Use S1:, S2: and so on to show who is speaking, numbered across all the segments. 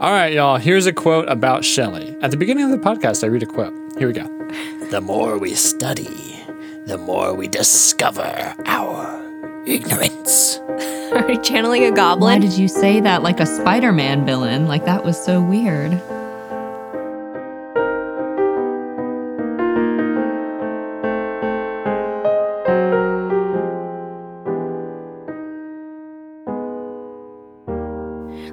S1: All right, y'all. Here's a quote about Shelley. At the beginning of the podcast, I read a quote. Here we go.
S2: The more we study, the more we discover our ignorance.
S3: Are we channeling a
S4: Why
S3: goblin?
S4: did you say that like a Spider Man villain? Like, that was so weird.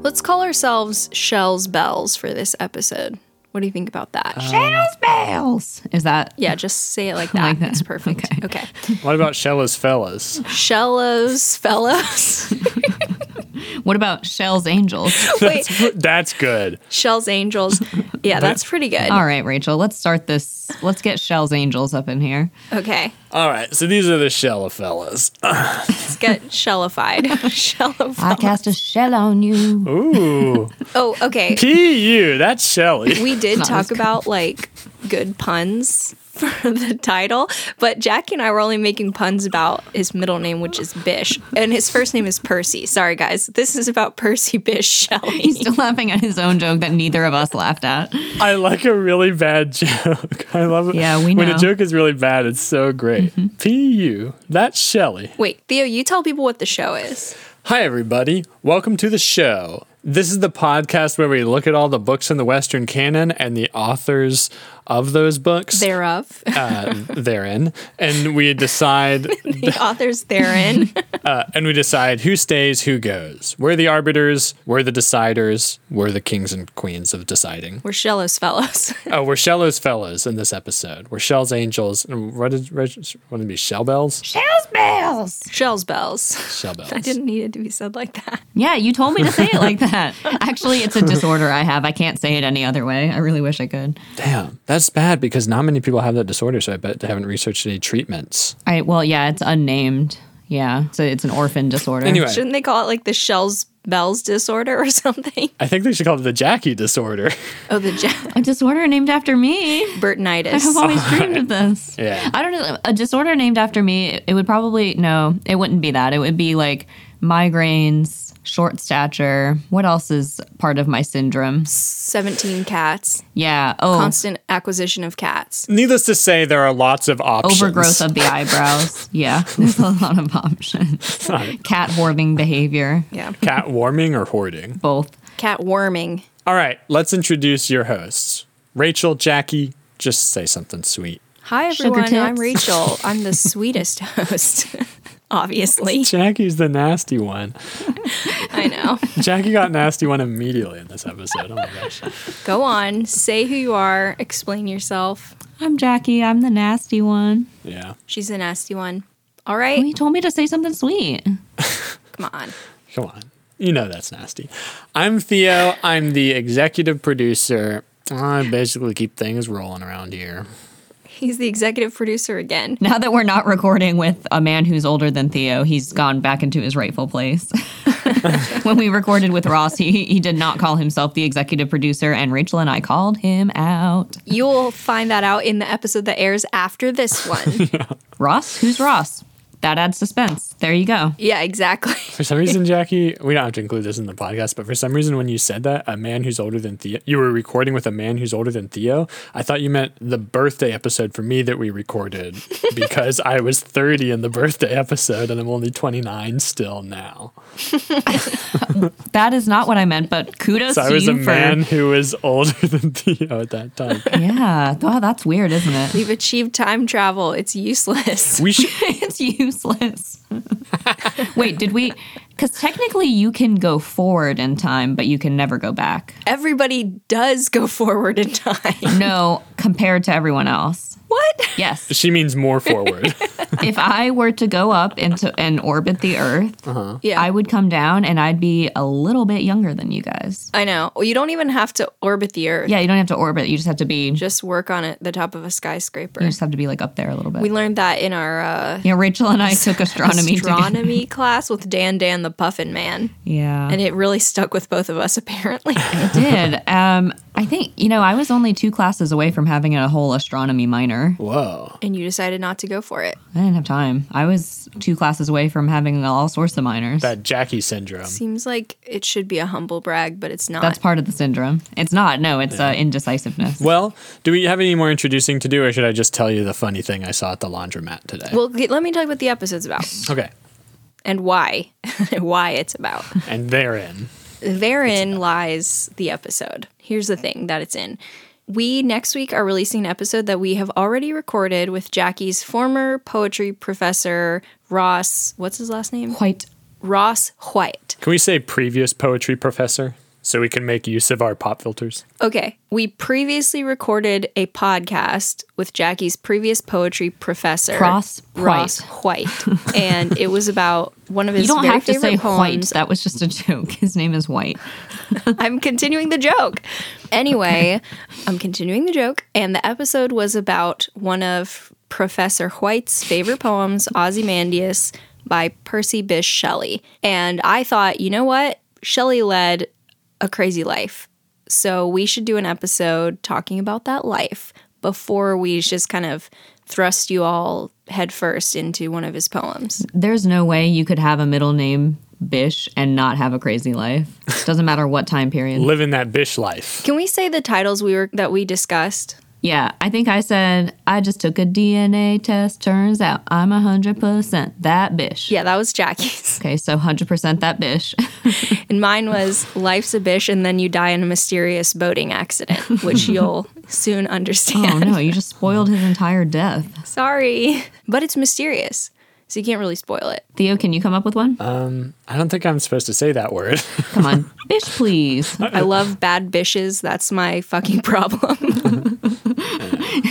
S3: Let's call ourselves Shell's Bells for this episode. What do you think about that?
S4: Uh, Bales! Is that.
S3: yeah, just say it like that.
S4: Like that.
S3: It's perfect.
S4: Okay.
S3: Okay.
S1: What about Shelley's fellas?
S3: Shellos, fellows.
S4: What about Shell's Angels?
S3: Wait,
S1: That's good.
S3: Shell's Angels. Yeah, that's pretty good.
S4: All right, Rachel, let's start this. Let's get Shell's Angels up in here.
S3: Okay.
S1: All right, so these are the Shella fellas.
S3: Let's get shellified.
S4: I
S3: Shellified.
S4: cast a shell on you.
S1: Ooh,
S3: Oh, okay.
S1: P.U. That's Shelley.
S3: We did
S4: Not as
S3: talk
S4: good.
S3: about like good puns for the title, but Jackie and I were only making puns about his middle name, which is Bish, and his first name is Percy. Sorry, guys. This is about Percy Bish Shelley.
S4: He's still laughing at his own joke that neither of us laughed at.
S1: I like a really bad joke. I love it.
S4: Yeah, we
S1: When a
S4: know. Mm-hmm.
S1: joke is really bad, it's so great. P.U. That's Shelley.
S3: Wait, Theo, you tell people what the show is.
S1: Hi, everybody. Welcome to the show. This is the podcast where we look at all the books in the Western canon and the authors of those books
S3: Thereof,
S1: uh, therein, and we decide
S3: the authors therein.
S1: uh, and we decide who stays, who goes. We're the arbiters. We're the deciders. We're the kings and queens of deciding.
S3: We're Shellos fellows.
S1: Oh, we're Shello's fellows in this episode. We're Shell's angels. And what did Reg- what did it be? Shell bells.
S3: Shell's bells.
S1: Shell bells.
S3: I didn't need it to be said like that.
S4: Yeah, you told me to say it like that. Actually, it's a disorder I have. I can't say it any other way. I really wish I could.
S1: Damn, that's bad because not many people have that disorder. So I bet they haven't researched any treatments.
S4: I well, yeah, it's unnamed. Yeah, so it's an orphan disorder.
S1: Anyway,
S3: Shouldn't they call it like the Shell's bells disorder or something?
S1: I think they should call it the Jackie disorder.
S3: Oh, the ja-
S4: a disorder named after me.
S3: Burtonitis.
S4: I've always dreamed of this.
S1: Yeah.
S4: I don't know. A disorder named after me, it- it would probably, no, it wouldn't be that. It would be like migraines, short stature. What else is part of my syndrome?
S3: 17 cats.
S4: Yeah. Oh,
S3: Constant acquisition of cats.
S1: Needless to say, there are lots of options.
S4: overgrowth of the eyebrows. yeah. There's a lot of options. Cat hoarding behavior,
S3: Yeah.
S1: cat warming or hoarding.
S4: both.
S3: Cat warming.
S1: All right, let's introduce your hosts, Rachel, Jackie. Just say something sweet.
S3: Hi,
S4: Sugar
S3: everyone. I'm
S4: tits.
S3: Rachel. I'm the sweetest host, obviously.
S1: Jackie's the nasty one.
S3: I know.
S1: Jackie got nasty one immediately in this episode. Oh my gosh.
S3: Go on. Say who you are. Explain yourself.
S4: I'm Jackie. I'm the nasty one.
S1: Yeah.
S3: She's the nasty one. All
S4: Well,
S3: right.
S4: you told me to say something sweet.
S3: Come on.
S1: Come on. You know that's nasty. I'm Theo. I'm the executive producer. I basically keep things rolling around here.
S3: He's the executive producer again.
S4: Now that we're not recording with a man who's older than Theo, he's gone back into his rightful place. when we recorded with Ross, he, he did not call himself the executive producer, and Rachel and I called him out.
S3: You'll find that out in the episode that airs after this one.
S4: Ross? Who's Ross? That adds suspense. There you go.
S3: yeah, exactly.
S1: For some reason, Jackie, we don't have to include this in the podcast, but for some reason, when you said that, a man who's older than Theo, you were recording with a man who's older than Theo. I thought you meant the birthday episode for me that we recorded because I was 30 in the birthday episode and I'm only 29 still now.
S4: That is not what I meant, but kudos
S1: So I
S4: to
S1: was
S4: you
S1: a
S4: for.
S1: man who was older than Theo at that time.
S4: Yeah. Wow, that's weird, isn't it?
S3: We've achieved time travel. It's useless.
S1: We should.
S4: It's useless. Wait, did we? Because technically you can go forward in time, but you can never go back.
S3: Everybody does go forward in time.
S4: No, compared to everyone else.
S3: What?
S4: Yes.
S1: She means more forward.
S4: if I were to go up into and orbit the Earth,
S3: Yeah.
S4: I would come down and I'd be a little bit younger than you guys.
S3: I know. Well, you don't even have to orbit the Earth.
S4: Yeah, you don't have to orbit. You just have to be. You
S3: Just work on it, the top of a skyscraper.
S4: just have to be like up there a little bit.
S3: We learned that in our uh,
S4: yeah, Rachel and I took astronomy. together.
S3: astronomy class with Dan Dan the Puffin Man,
S4: Yeah,
S3: and it really stuck with both of us apparently.
S4: it did. Um, I think, you know, I was only two classes away from having a whole astronomy minor.
S1: Whoa.
S3: and you decided not to go for it.
S4: I didn't have time. I was two classes away from having all sorts of minors.
S1: That Jackie syndrome.
S3: Seems like it should be a humble brag, but it's not.
S4: That's part of the syndrome. It's not. No, it's uh, indecisiveness.
S1: Well, do we have any more introducing to do, or should I just tell you the funny thing I saw at the laundromat today?
S3: well, g- let me tell you what the episode's about
S1: okay.
S3: and why, why it's about.
S1: And therein.
S3: Therein lies the episode. Here's the thing that it's in. We next week are releasing an episode that we have already recorded with Jackie's former poetry professor, Ross. What's his last name?
S4: Quite.
S3: Ross White.
S1: Can we say previous poetry professor so we can make use of our pop filters?
S3: Okay. We previously recorded a podcast with Jackie's previous poetry professor,
S4: Ross
S3: Ross White. and it was about one of his
S4: You don't
S3: very
S4: have to
S3: favorite
S4: say white.
S3: poems.
S4: That was just a joke. His name is White.
S3: I'm continuing the joke. Anyway, I'm continuing the joke. And the episode was about one of Professor White's favorite poems, Ozymandias by Percy Bysshe Shelley. And I thought, you know what? Shelley led a crazy life. So we should do an episode talking about that life before we just kind of thrust you all headfirst into one of his poems.
S4: There's no way you could have a middle name Bish and not have a crazy life. Doesn't matter what time period.
S1: Living that bish life.
S3: Can we say the titles we were that we discussed?
S4: Yeah, I think I said I just took a DNA test. Turns out I'm hundred percent that Bish.
S3: Yeah, that was Jackie's.
S4: Okay, so hundred percent that Bish.
S3: And mine was life's a bish, and then you die in a mysterious boating accident, which you'll soon
S4: oh
S3: understand.
S4: no, you just spoiled his entire death.
S3: Sorry, but it's mysterious, so you can't really spoil it.
S4: Theo, can you come up with one?
S1: I don't think I'm supposed to say that word.
S4: come on, Bish, please.
S3: I love bad bishes. That's my fucking problem.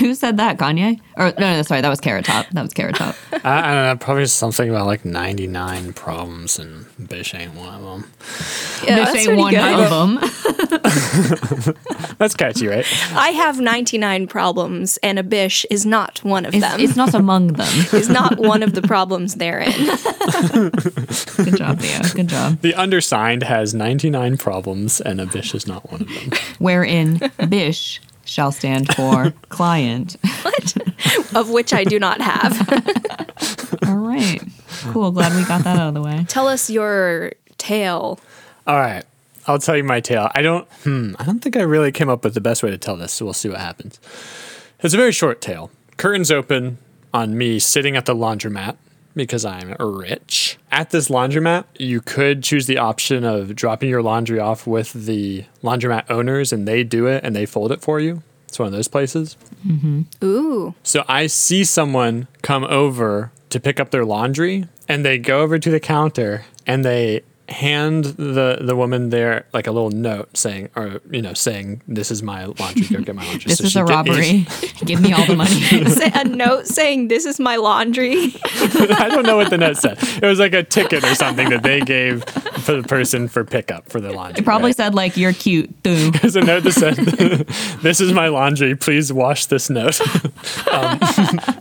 S4: Who said that? Kanye? Or no, no, sorry, that was Carrot Top. That was Carrot Top.
S1: I, I don't know. Probably something about like 99 problems and bish ain't one of them.
S3: Yeah, that's
S4: Bish ain't
S3: pretty
S4: one
S3: good.
S4: of them.
S1: That's catchy, right?
S3: I have 99 problems, and a bish is not one of
S4: It's,
S3: them.
S4: it's not among them.
S3: is not one of the problems therein.
S4: Good job, Theo. Good job.
S1: The undersigned has 99 problems and a bish is not one of them.
S4: Wherein Bish shall stand for client.
S3: of which I do not have.
S4: All right. Cool. Glad we got that out of the way.
S3: Tell us your tale.
S1: All right. I'll tell you my tale. I don't hmm, I don't think I really came up with the best way to tell this, so we'll see what happens. It's a very short tale. Curtains open on me sitting at the laundromat because I'm rich. At this laundromat, you could choose the option of dropping your laundry off with the laundromat owners and they do it and they fold it for you. It's one of those places.
S3: Ooh,
S1: So I see someone come over to pick up their laundry and they go over to the counter and they hand the the woman there like a little note saying or you know saying this is my laundry go get my laundry
S4: This
S1: So
S4: is
S1: she
S4: a
S1: get-
S4: robbery. Give me all the money.
S3: Say a note saying this is my laundry.
S1: i don't know what the note said it was like a ticket or something that they gave for the person for pickup for their laundry
S4: Probably
S1: right?
S4: said like you're cute, thoo.
S1: there's a note that said this is my laundry please wash this note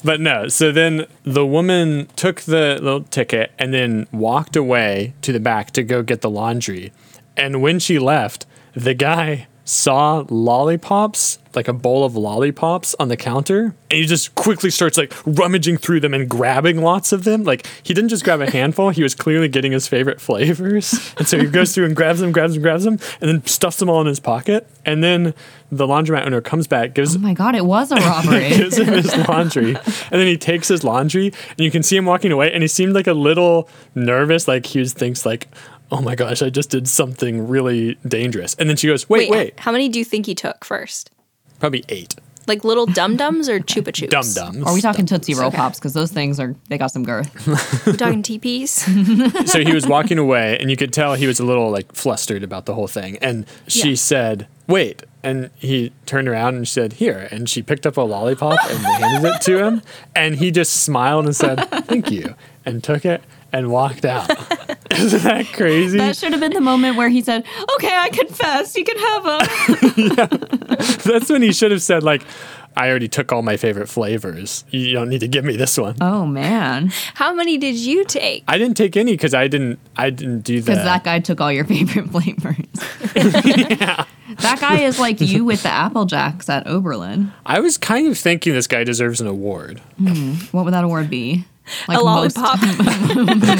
S1: But no, so then the woman took the little ticket and then walked away to the back to go get the laundry. And when she left, the guy saw lollipops, like a bowl of lollipops on the counter, and he just quickly starts like rummaging through them and grabbing lots of them. Like he didn't just grab a handful, he was clearly getting his favorite flavors. And so he goes through and grabs them, grabs them, grabs them, and then stuffs them all in his pocket. And then the laundromat owner comes back, gives
S4: Oh my God, it was a robbery.
S1: gives him his laundry, and then he takes his laundry, and you can see him walking away, and he seemed like a little nervous, like Hughes thinks like, "Oh my gosh, I just did something really dangerous." And then she goes, "Wait,
S3: Wait,
S1: wait,
S3: how many do you think he took first?
S1: probably eight
S3: Like little dum dums or chupa chups?
S1: dum dums."
S4: Are we talking Tootsie Roll Pops? Because those things are, they got some girth.
S3: We're talking TPs.
S1: so he was walking away, and you could tell he was a little like flustered about the whole thing. And she
S3: Yeah.
S1: said, "Wait." And he turned around and said, "Here." And she picked up a lollipop and handed it to him, and he just smiled and said, "Thank you," and took it and walked out. Isn't that crazy?
S4: That should have been the moment where he said, okay, I confess, you can have them.
S1: That's when he should have said like, "I already took all my favorite flavors. You don't need to give me this one."
S4: Oh man.
S3: how many did you take?
S1: I didn't take any because I didn't. I didn't do
S4: Because
S1: that.
S4: that guy took all your favorite flavors. That guy is like you with the Apple Jacks at Oberlin.
S1: I was kind of thinking this guy deserves an award.
S4: What would that award be? Like
S3: a lollipop.
S4: Most,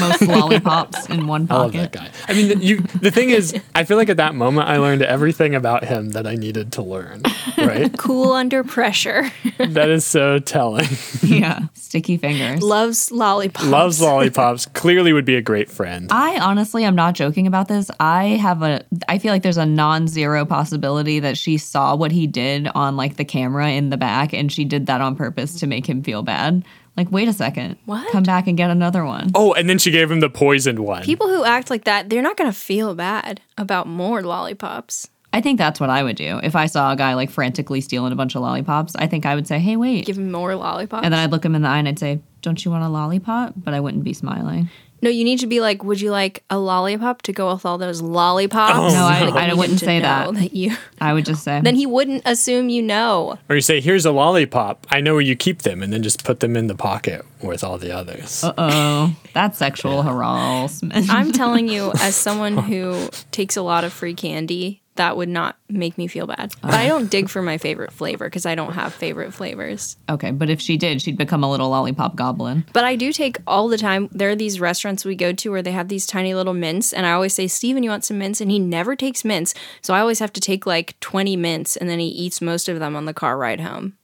S4: most lollipops in one
S1: I love that
S4: pocket.
S1: guy. I mean, the, you. The thing is, I feel like at that moment I learned everything about him that I needed to learn. Right?
S3: cool under pressure.
S1: that is so telling.
S4: Yeah. Sticky fingers.
S3: Loves lollipops.
S1: Loves lollipops. Clearly, would be a great friend.
S4: I honestly, I'm not joking about this. I have a, I feel like there's a non zero possibility that she saw what he did on like the camera in the back and she did that on purpose to make him feel bad. Like, wait a second.
S3: What?
S4: Come back and get another one.
S1: Oh, and then she gave him the poisoned one.
S3: People who act like that, they're not going to feel bad about more lollipops.
S4: I think that's what I would do. If I saw a guy like frantically stealing a bunch of lollipops, I think I would say, hey, wait.
S3: Give them more lollipops.
S4: And then I'd look him in the eye and I'd say, don't you want a lollipop? But I wouldn't be smiling.
S3: no, you need to be like, would you like a lollipop to go with all those lollipops?
S1: Oh, No,
S4: I-
S3: Like,
S4: I
S3: you need
S4: wouldn't
S3: to
S4: say
S3: know
S4: that.
S3: you.
S4: I would just say,
S3: Then he wouldn't assume you know.
S1: Or you say, "Here's a lollipop. I know where you keep them," and then just put them in the pocket with all the others.
S4: oh, that's sexual harassment.
S3: I'm telling you, as someone who takes a lot of free candy, that would not make me feel bad. But I don't dig for my favorite flavor because I don't have favorite flavors.
S4: okay, but if she did, she'd become a little lollipop goblin.
S3: But I do take all the time. There are these restaurants we go to where they have these tiny little mints, and I always say, "Steven, you want some mints?" And he never takes mints, so I always have to take like twenty mints, and then he eats most of them on the car ride home.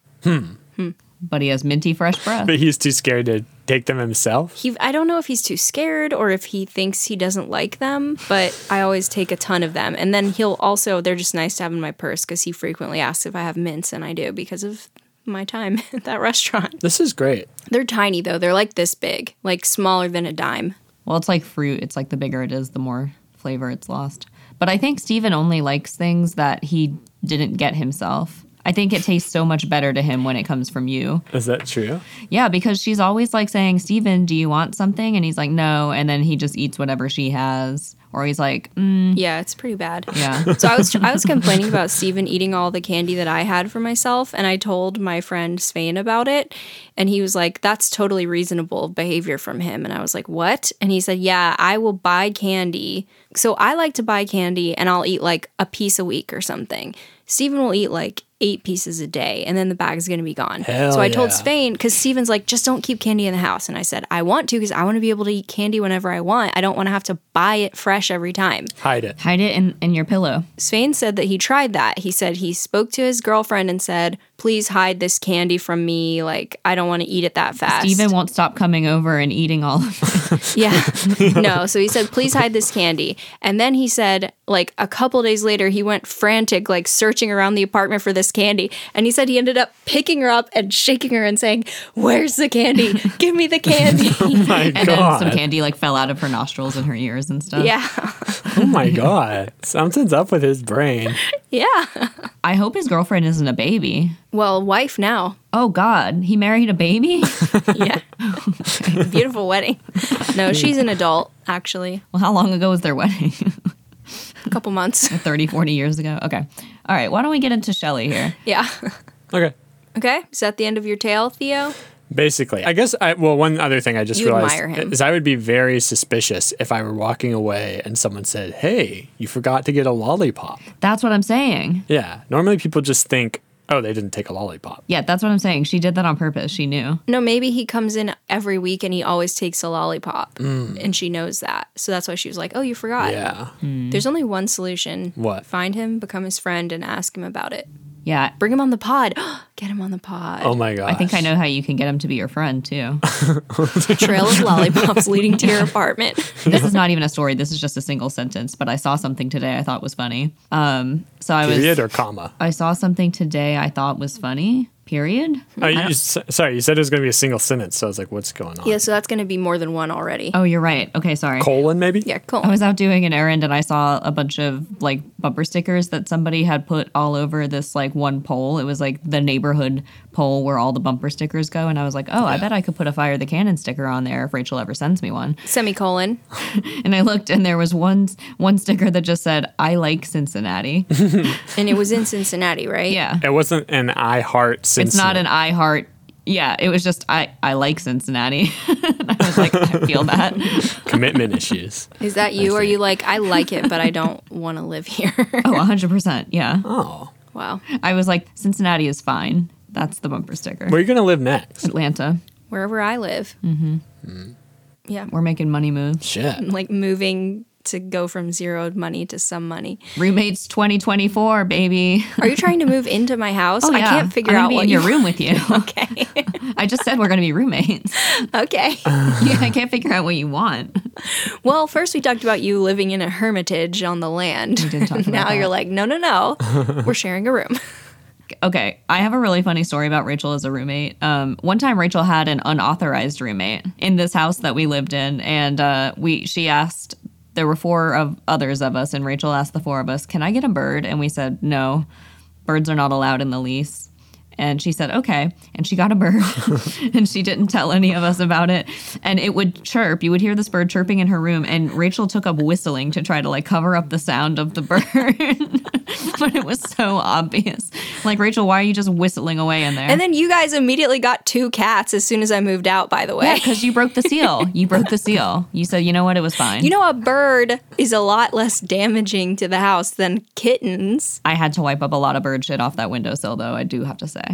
S4: But he has minty fresh breath.
S1: But he's too scared to take them himself.
S3: He, I don't know if he's too scared or if he thinks he doesn't like them, but I always take a ton of them, and then he'll also. They're just nice to have in my purse because he frequently asks if I have mints, and I do because of my time at that restaurant.
S1: This is great.
S3: They're tiny though; they're like this big, like smaller than a dime.
S4: Well, it's like fruit. It's like the bigger it is, the more flavor it's lost. But I think Steven only likes things that he didn't get himself. I think it tastes so much better to him when it comes from you.
S1: Is that true?
S4: Yeah, because she's always like saying, Steven, do you want something? And he's like, no. And then he just eats whatever she has. Or he's like, mm,
S3: Yeah, it's pretty bad.
S4: yeah.
S3: So I was I was complaining about Steven eating all the candy that I had for myself, and I told my friend Svein about it, and he was like, "That's totally reasonable behavior from him." And I was like, "What?" And he said, "Yeah, I will buy candy. So I like to buy candy, and I'll eat like a piece a week or something. Steven will eat like." Eight pieces a day, and then the bag is going to be gone.
S1: Hell
S3: so I told
S1: yeah.
S3: Svein because Steven's like, just don't keep candy in the house. And I said, I want to because I want to be able to eat candy whenever I want. I don't want to have to buy it fresh every time.
S1: Hide it.
S4: Hide it in, in your pillow.
S3: Swain said that he tried that. He said he spoke to his girlfriend and said, "Please hide this candy from me. Like I don't want to eat it that fast."
S4: Steven won't stop coming over and eating all of it.
S3: yeah, no. So he said, "Please hide this candy." And then he said, like a couple days later, he went frantic, like searching around the apartment for this candy. And he said he ended up picking her up and shaking her and saying, "Where's the candy? Give me the candy."
S1: My
S4: And
S1: God.
S4: then some candy like fell out of her nostrils and her ears and stuff.
S3: yeah,
S1: oh my God. Something's up with his brain.
S3: yeah.
S4: I hope his girlfriend isn't a baby.
S3: Well, wife now.
S4: Oh God, he married a baby?
S3: Yeah, beautiful wedding. No, she's an adult actually.
S4: well, how long ago was their wedding?
S3: A couple months.
S4: 30, 40 years ago. Okay. All right. Why don't we get into Shelly here?
S3: Yeah.
S1: Okay.
S3: Okay. Is that the end of your tale, Theo?
S1: Basically, I guess. I well, one other thing I just
S3: You
S1: realized
S3: admire him.
S1: is I would be very suspicious if I were walking away and someone said, "Hey, you forgot to get a lollipop."
S4: That's what I'm saying.
S1: Yeah. Normally, people just think, "Oh, they didn't take a lollipop."
S4: Yeah, that's what I'm saying. She did that on purpose. She knew.
S3: No, maybe he comes in every week and he always takes a lollipop. And she knows that. So that's why she was like, oh, you forgot.
S1: Mm. Yeah.
S4: Mm.
S3: There's only one solution.
S1: What?
S3: Find him, become his friend, and ask him about it.
S4: Yeah.
S3: Bring him on the pod. Get him on the pod.
S1: Oh my god.
S4: I think I know how you can get him to be your friend too.
S3: Trail of lollipops leading to your apartment.
S4: This is not even a story. This is just a single sentence, but I saw something today I thought was funny. Um, so I
S1: Period
S4: was
S1: or comma?
S4: I saw something today I thought was funny. Period.
S1: Oh, you, s- sorry, you said it was going to be a single sentence, so I was like, "What's going on?"
S3: Yeah, so that's going to be more than one already.
S4: Oh, you're right. Okay, sorry.
S1: Colon, maybe.
S3: Yeah, cool.
S4: I was out doing an errand and I saw a bunch of like bumper stickers that somebody had put all over this like one pole. It was like the neighborhood pole where all the bumper stickers go. And I was like, oh, I bet I could put a Fire the Cannon sticker on there if Rachel ever sends me one.
S3: Semicolon.
S4: And I looked and there was one one sticker that just said, I like Cincinnati.
S3: And it was in Cincinnati, right?
S4: Yeah.
S1: It wasn't an I heart.
S4: It's not an I heart yeah, it was just I I like Cincinnati. And I was like, I feel that.
S1: Commitment issues.
S3: Is that you? Or are you like, I like it, but I don't want to live here?
S4: Oh, 100%. Yeah.
S1: Oh.
S3: wow.
S4: I was like, Cincinnati is fine. That's the bumper sticker.
S1: Where are you going to live next?
S4: Atlanta.
S3: Wherever I live.
S4: Mm-hmm.
S3: Mm-hmm. Yeah.
S4: We're making money moves.
S1: Shit.
S3: Like moving to go from zero money to some money.
S4: Roommates 2024, baby.
S3: Are you trying to move into my house? I can't figure
S4: Oh, I'm gonna
S3: out
S4: be
S3: what
S4: in your
S3: you
S4: room with you.
S3: Okay.
S4: I just said we're going to be roommates.
S3: okay.
S4: yeah, I can't figure out what you want.
S3: Well, first we talked about you living in a hermitage on the land.
S4: did talk about
S3: now you're
S4: that.
S3: like, no, no, no. We're sharing a room.
S4: Okay, I have a really funny story about Rachel as a roommate. Um, one time, Rachel had an unauthorized roommate in this house that we lived in, and uh, we she asked. There were four of others of us, and Rachel asked the four of us, "Can I get a bird?" And we said, "No, birds are not allowed in the lease." And she said, okay. And she got a bird and she didn't tell any of us about it. And it would chirp. You would hear this bird chirping in her room. And Rachel took up whistling to try to like cover up the sound of the bird. but it was so obvious. Like, Rachel, why are you just whistling away in there?
S3: And then you guys immediately got two cats as soon as I moved out, by the way.
S4: because you broke the seal. You broke the seal. You said, you know what? It was fine.
S3: You know, a bird is a lot less damaging to the house than kittens.
S4: I had to wipe up a lot of bird shit off that windowsill, though, I do have to say.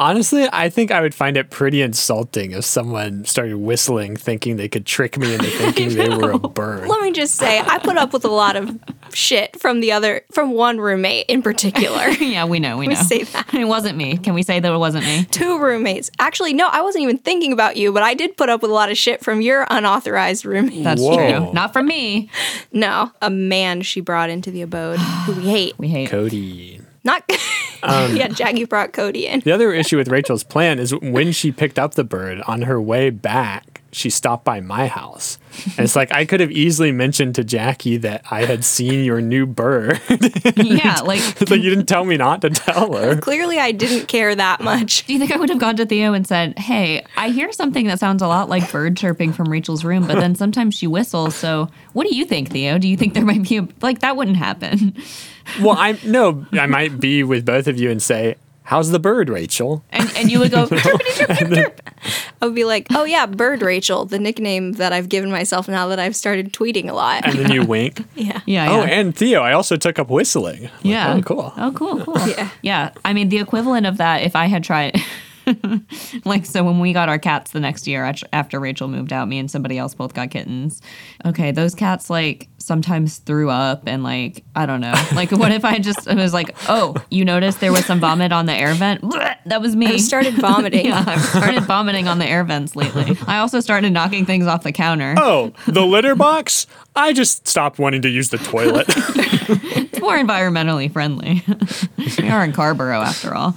S1: Honestly, I think I would find it pretty insulting if someone started whistling thinking they could trick me into thinking they were a bird.
S3: Let me just say, I put up with a lot of shit from the other, from one roommate in particular.
S4: Yeah, we know. We know.
S3: say that.
S4: It wasn't me. Can we say that it wasn't me?
S3: Two roommates. Actually, no, I wasn't even thinking about you, but I did put up with a lot of shit from your unauthorized roommate.
S4: That's
S1: Whoa.
S4: true. Not from me.
S3: no, a man she brought into the abode who we hate.
S4: We hate.
S1: Cody.
S3: Not.
S1: Um.
S3: yeah, Jackie brought Cody in.
S1: The other issue with Rachel's plan is when she picked up the bird on her way back, she stopped by my house. And it's like I could have easily mentioned to Jackie that I had seen your new bird.
S4: yeah, like
S1: It's like you didn't tell me not to tell her.
S3: Clearly, I didn't care that much.
S4: do you think I would have gone to Theo and said, "Hey, I hear something that sounds a lot like bird chirping from Rachel's room, but then sometimes she whistles. So, what do you think, Theo? Do you think there might be a like that wouldn't happen?"
S1: Well, I no, I might be with both of you and say, "How's the bird, Rachel?"
S4: And and you would go, "Chirpity chirp, chirp, chirp."
S3: I would be like, oh yeah, Bird Rachel, the nickname that I've given myself now that I've started tweeting a lot.
S1: And then you wink.
S3: yeah.
S4: Yeah, yeah.
S1: Oh, and Theo, I also took up whistling. Like,
S4: yeah.
S1: Oh, cool.
S4: Oh, cool, cool. yeah. Yeah. I mean, the equivalent of that, if I had tried, like, so when we got our cats the next year act- after Rachel moved out, me and somebody else both got kittens. Okay. Those cats, like, sometimes threw up and, like, I don't know. Like, what if I just I was like, oh, you noticed there was some vomit on the air vent? Blech, that was me.
S3: I started vomiting.
S4: yeah, I've started vomiting on the air vents lately. I also started knocking things off the counter.
S1: Oh, the litter box? I just stopped wanting to use the toilet.
S4: It's more environmentally friendly. we are in Carborough after all.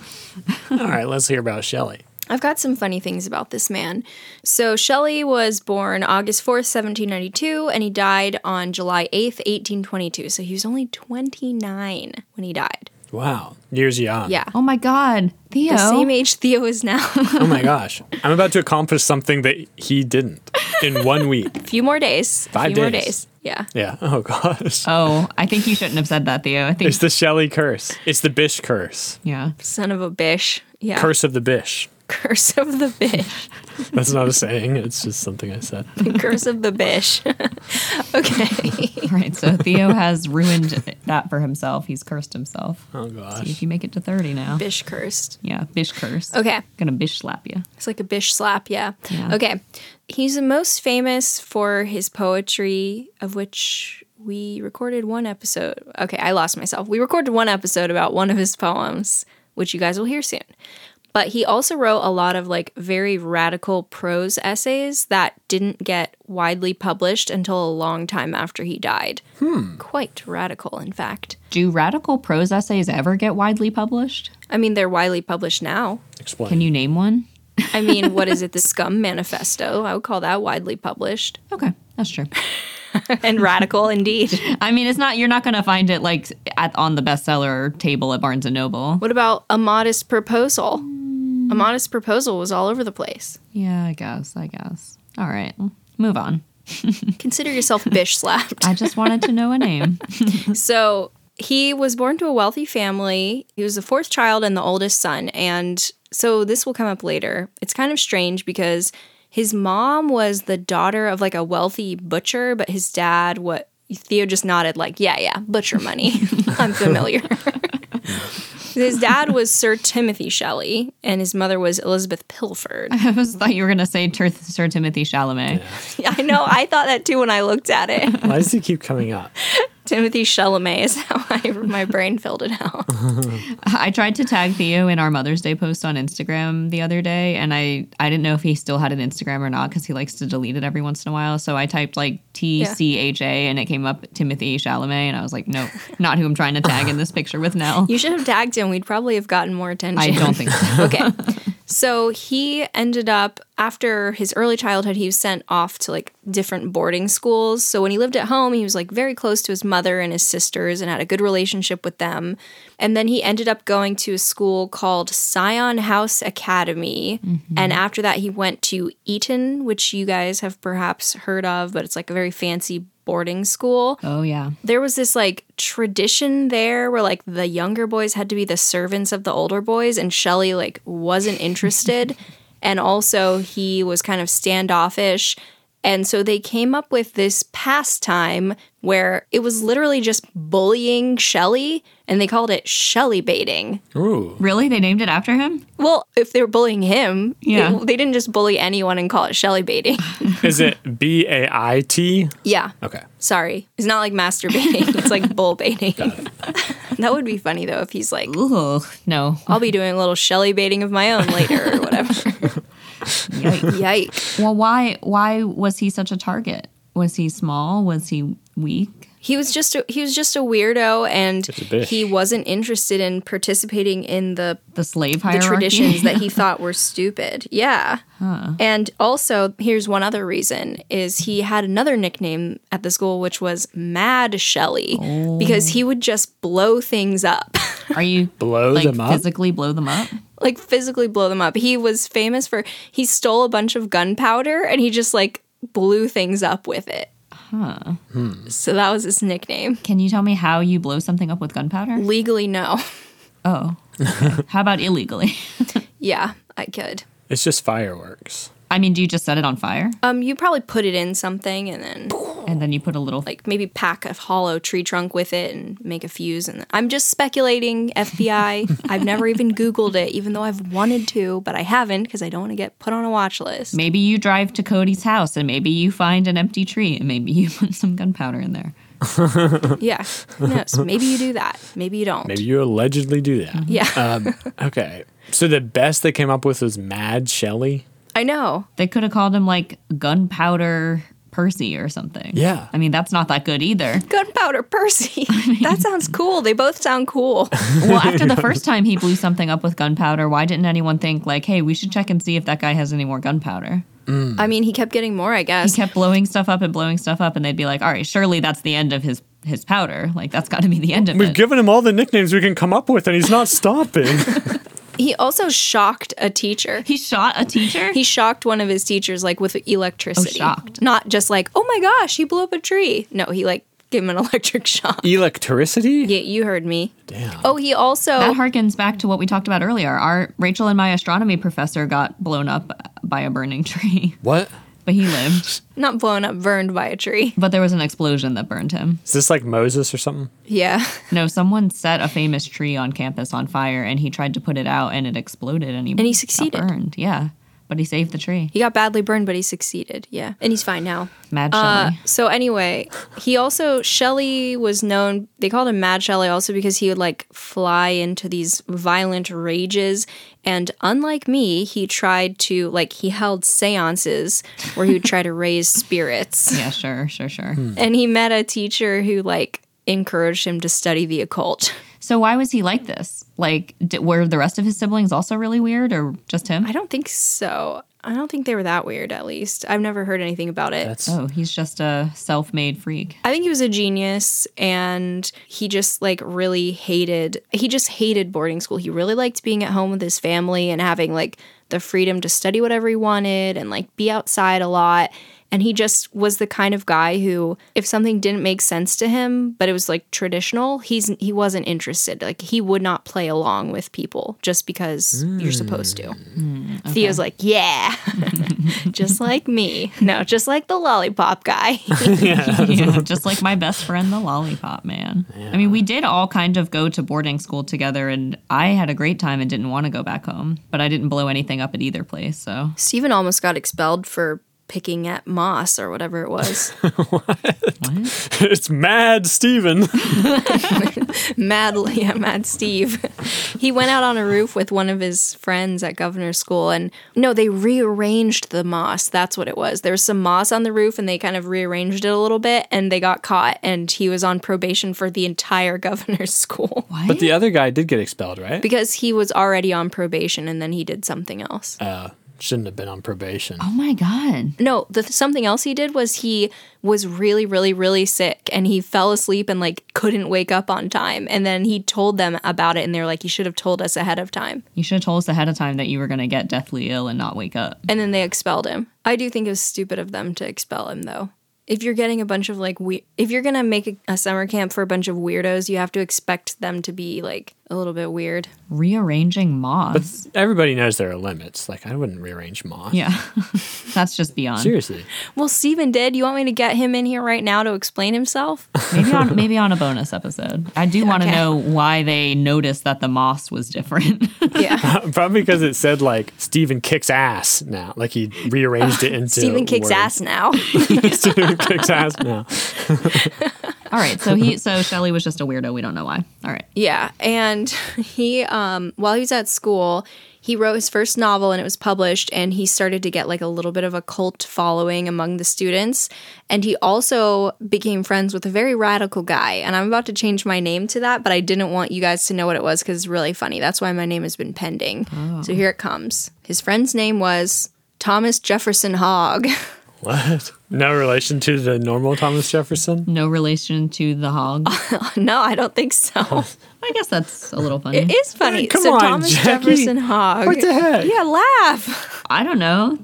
S1: All right, let's hear about Shelly.
S3: I've got some funny things about this man. So Shelley was born August 4th, 1792, and he died on July 8th, 1822. So he was only 29 when he died.
S1: Wow. Years young.
S3: Yeah.
S4: Oh my God, Theo.
S3: The same age Theo is now.
S1: Oh my gosh. I'm about to accomplish something that he didn't in one week.
S3: a few more days.
S1: Five
S3: a few more
S1: days.
S3: days. Yeah.
S1: Yeah. Oh gosh.
S4: Oh, I think you shouldn't have said that, Theo. I think,
S1: It's the Shelly curse. It's the Bish curse.
S4: yeah.
S3: Son of a bish. Yeah.
S1: Curse of the Bish.
S3: Curse of the bish.
S1: That's not a saying. It's just something I said.
S3: Curse of the bish. okay.
S4: All right, so Theo has ruined that for himself. He's cursed himself.
S1: Oh
S4: See
S1: gosh.
S4: if you make it to 30 now.
S3: Bish cursed.
S4: Yeah, bish curse.
S3: Okay.
S4: Gonna bish slap you.
S3: It's like a bish slap, yeah.
S4: Yeah.
S3: Okay. He's the most famous for his poetry, of which we recorded one episode. Okay, I lost myself. We recorded one episode about one of his poems, which you guys will hear soon. But he also wrote a lot of like very radical prose essays that didn't get widely published until a long time after he died. Hmm. Quite radical, in fact.
S4: Do radical prose essays ever get widely published?
S3: I mean, they're widely published now.
S1: Explain.
S4: Can you name one?
S3: I mean, what is it? The Scum Manifesto. I would call that widely published.
S4: Okay, that's true.
S3: and radical indeed.
S4: I mean, it's not you're not gonna find it like at on the bestseller table at Barnes and Noble.
S3: What about a modest proposal? A modest proposal was all over the place.
S4: Yeah, I guess. I guess. All right, move on.
S3: Consider yourself bish slapped.
S4: I just wanted to know a name.
S3: So He was born to a wealthy family. He was the fourth child and the oldest son. And so this will come up later. It's kind of strange because his mom was the daughter of like a wealthy butcher, but his dad, what Theo just nodded, like, yeah, yeah, butcher money. I'm familiar. his dad was Sir Timothy Shelley, and his mother was Elizabeth Pilford.
S4: I was thought you were gonna say Tir- Sir Timothy Chalamet.
S3: I know, I thought that too when I looked at it.
S1: Why does he keep coming up?
S3: Timothy Chalamet is how I, my brain filled it out.
S4: I tried to tag Theo in our Mother's Day post on Instagram the other day, and I I didn't know if he still had an Instagram or not because he likes to delete it every once in a while. So I typed like T C H A, and it came up Timothy Chalamet, and I was like, nope, not who I'm trying to tag in this picture with Nell.
S3: You should have tagged him. We'd probably have gotten more attention.
S4: I don't think so.
S3: okay. So he ended up after his early childhood, he was sent off to like different boarding schools. So when he lived at home, he was like very close to his mother and his sisters and had a good relationship with them. And then he ended up going to a school called Scion House Academy.
S4: Mm-hmm.
S3: And after that, he went to Eton, which you guys have perhaps heard of, but it's like a very fancy boarding school
S4: Oh yeah,
S3: there was this like tradition there where like the younger boys had to be the servants of the older boys and Shelly like wasn't interested and also he was kind of standoffish and so they came up with this pastime where it was literally just bullying Shelly and they called it Shelly baiting.
S1: Ooh.
S4: really? They named it after him?
S3: Well, if they were bullying him,
S4: Yeah.
S3: they, they didn't just bully anyone and call it Shelly baiting.
S1: Is it B A I T?
S3: yeah.
S1: Okay.
S3: Sorry. It's not like masturbating. it's like bull baiting. that would be funny though if he's like
S4: Ugh, no.
S3: I'll be doing a little Shelly baiting of my own later or whatever. Yikes.
S4: Well, why why was he such a target? Was he small? Was he weak?
S3: He was just a, he was just a weirdo and
S1: a bitch.
S3: he wasn't interested in participating in the
S4: The slave
S3: the
S4: hierarchy.
S3: traditions that he thought were stupid. Yeah. And also, here's one other reason is he had another nickname at the school which was Mad Shelly because he would just blow things up.
S4: Are you
S1: Blow
S4: like
S1: them up?
S4: physically blow them up?
S3: like physically blow them up. He was famous for he stole a bunch of gunpowder and he just like blew things up with it. Huh. So that was his nickname.
S4: Can you tell me how you blow something up with gunpowder?
S3: Legally, no.
S4: Oh. okay. how about illegally?
S3: Yeah, I could.
S1: It's just fireworks.
S4: I mean, do you just set it on fire
S3: Um, you probably put it in something and then
S4: and then you put a little
S3: like maybe pack a hollow tree trunk with it and make a fuse. And I'm just speculating, FBI. I've never even Googled it, even though I've wanted to, but I haven't because I don't want to get put on a watch list.
S4: Maybe you drive to Cody's house and maybe you find an empty tree and maybe you put some gunpowder in there.
S3: Yeah, who knows? Maybe you do that. Maybe you Uh, don't.
S1: Maybe you allegedly do that.
S3: Yeah,
S1: Um, okay. So the best they came up with was Mad Shelley.
S3: I know.
S4: They could have called him like gunpowder Percy or something.
S1: Yeah.
S4: I mean, that's not that good either.
S3: Gunpowder Percy. that sounds cool. They both sound cool.
S4: Well, after the first time he blew something up with gunpowder, why didn't anyone think like, "Hey, we should check and see if that guy has any more gunpowder?"
S3: I mean, he kept getting more, I
S4: He
S3: guess.
S4: kept blowing stuff up and blowing stuff up, and they'd be like, "All right, surely that's the end of his his powder. Like that's got to be the end of
S1: We've
S4: it."
S1: given him all the nicknames we can come up with, and he's not stopping.
S3: He also shocked a teacher.
S4: he shot a teacher.
S3: He shocked one of his teachers like with electricity.
S4: Oh, shocked.
S3: Not just like, "Oh my gosh, he blew up a tree." No, he like gave him an electric shock.
S1: Electricity?
S3: Yeah, you heard me.
S1: Damn.
S3: Oh, he also
S4: that harkens back to what we talked about earlier. Our Rachel and my astronomy professor got blown up by a burning tree,
S1: What?
S4: but he lived.
S3: not blown up, burned by a tree.
S4: But there was an explosion that burned him.
S1: Is this like Moses or something?
S3: Yeah.
S4: No, someone set a famous tree on campus on fire, and he tried to put it out, and it exploded, and he
S3: And he
S4: got
S3: succeeded.
S4: burned, yeah, but he saved the tree.
S3: He got badly burned, but he succeeded. Yeah. And he's fine now.
S4: Mad
S3: Uh,
S4: Shelley.
S3: so anyway, he also Shelley was known. They called him Mad Shelley also because he would like fly into these violent rages. And unlike me, he tried to like he held seances where he would try to raise spirits.
S4: Yeah, sure, sure, sure.
S3: And he met a teacher who like encouraged him to study the occult.
S4: So why was he like this? Like, d- were the rest of his siblings also really weird, or just him?
S3: I don't think so. I don't think they were that weird. At least I've never heard anything about it.
S1: That's
S4: Oh, he's just a self-made freak.
S3: I think he was a genius and he just like really hated he just hated boarding school. He really liked being at home with his family and having like the freedom to study whatever he wanted and like be outside a lot. And he just was the kind of guy who, if something didn't make sense to him, but it was like traditional, he's he wasn't interested. Like he would not play along with people just because you're supposed to. Theo's like, yeah, just like me. No, just like the lollipop guy.
S4: Yeah, just like my best friend, the lollipop man. I mean, we did all kind of go to boarding school together, and I had a great time and didn't want to go back home, but I didn't blow anything up at either place. So
S3: Steven almost got expelled for picking at moss or whatever it was.
S1: it's mad Steven.
S3: Mad, yeah, Mad Steve. he went out on a roof with one of his friends at governor's school, and no, they rearranged the moss. That's what it was. There was some moss on the roof, and they kind of rearranged it a little bit, and they got caught, and he was on probation for the entire governor's school
S1: but the other guy did get expelled, right?
S3: because he was already on probation, and then he did something else.
S1: Shouldn't have been on probation.
S4: oh my god,
S3: No, the something else he did was he was really, really, really sick, and he fell asleep and like couldn't wake up on time. And then he told them about it, and they're like, "You should have told us ahead of time."
S4: you should have told us ahead of time that you were going to get deathly ill and not wake up.
S3: And then they expelled him. I do think it was stupid of them to expel him, though. If you're getting a bunch of like, we- if you're gonna make a, a summer camp for a bunch of weirdos, you have to expect them to be like a little bit weird.
S4: Rearranging moss.
S1: Everybody knows there are limits. Like I wouldn't rearrange Moss.
S4: yeah, that's just beyond.
S1: Seriously.
S3: Well, Steven did. You want me to get him in here right now to explain himself?
S4: Maybe on maybe on a bonus episode. I do want to
S3: Okay.
S4: know why they noticed that the moss was different.
S3: yeah.
S1: Probably because it said like Steven kicks ass now. Like he rearranged it into
S3: Steven kicks
S1: words.
S3: ass now.
S1: Steven kicks ass now.
S4: All right, so he so Shelly was just a weirdo. We don't know why. All right.
S3: Yeah, and he um while he was at school, he wrote his first novel and it was published and he started to get like a little bit of a cult following among the students and he also became friends with a very radical guy and I'm about to change my name to that, but I didn't want you guys to know what it was cuz it's really funny. That's why my name has been pending.
S1: Oh.
S3: So here it comes. His friend's name was Thomas Jefferson Hogg.
S1: What? No relation to the normal Thomas Jefferson?
S4: No relation to the hog.
S3: no, I don't think so.
S4: I guess that's a little funny.
S3: It is funny.
S1: Oh. Come
S3: so
S1: on,
S3: Thomas
S1: Jackie.
S3: Jefferson Hogg.
S1: What the heck?
S3: Yeah, laugh.
S4: I don't know.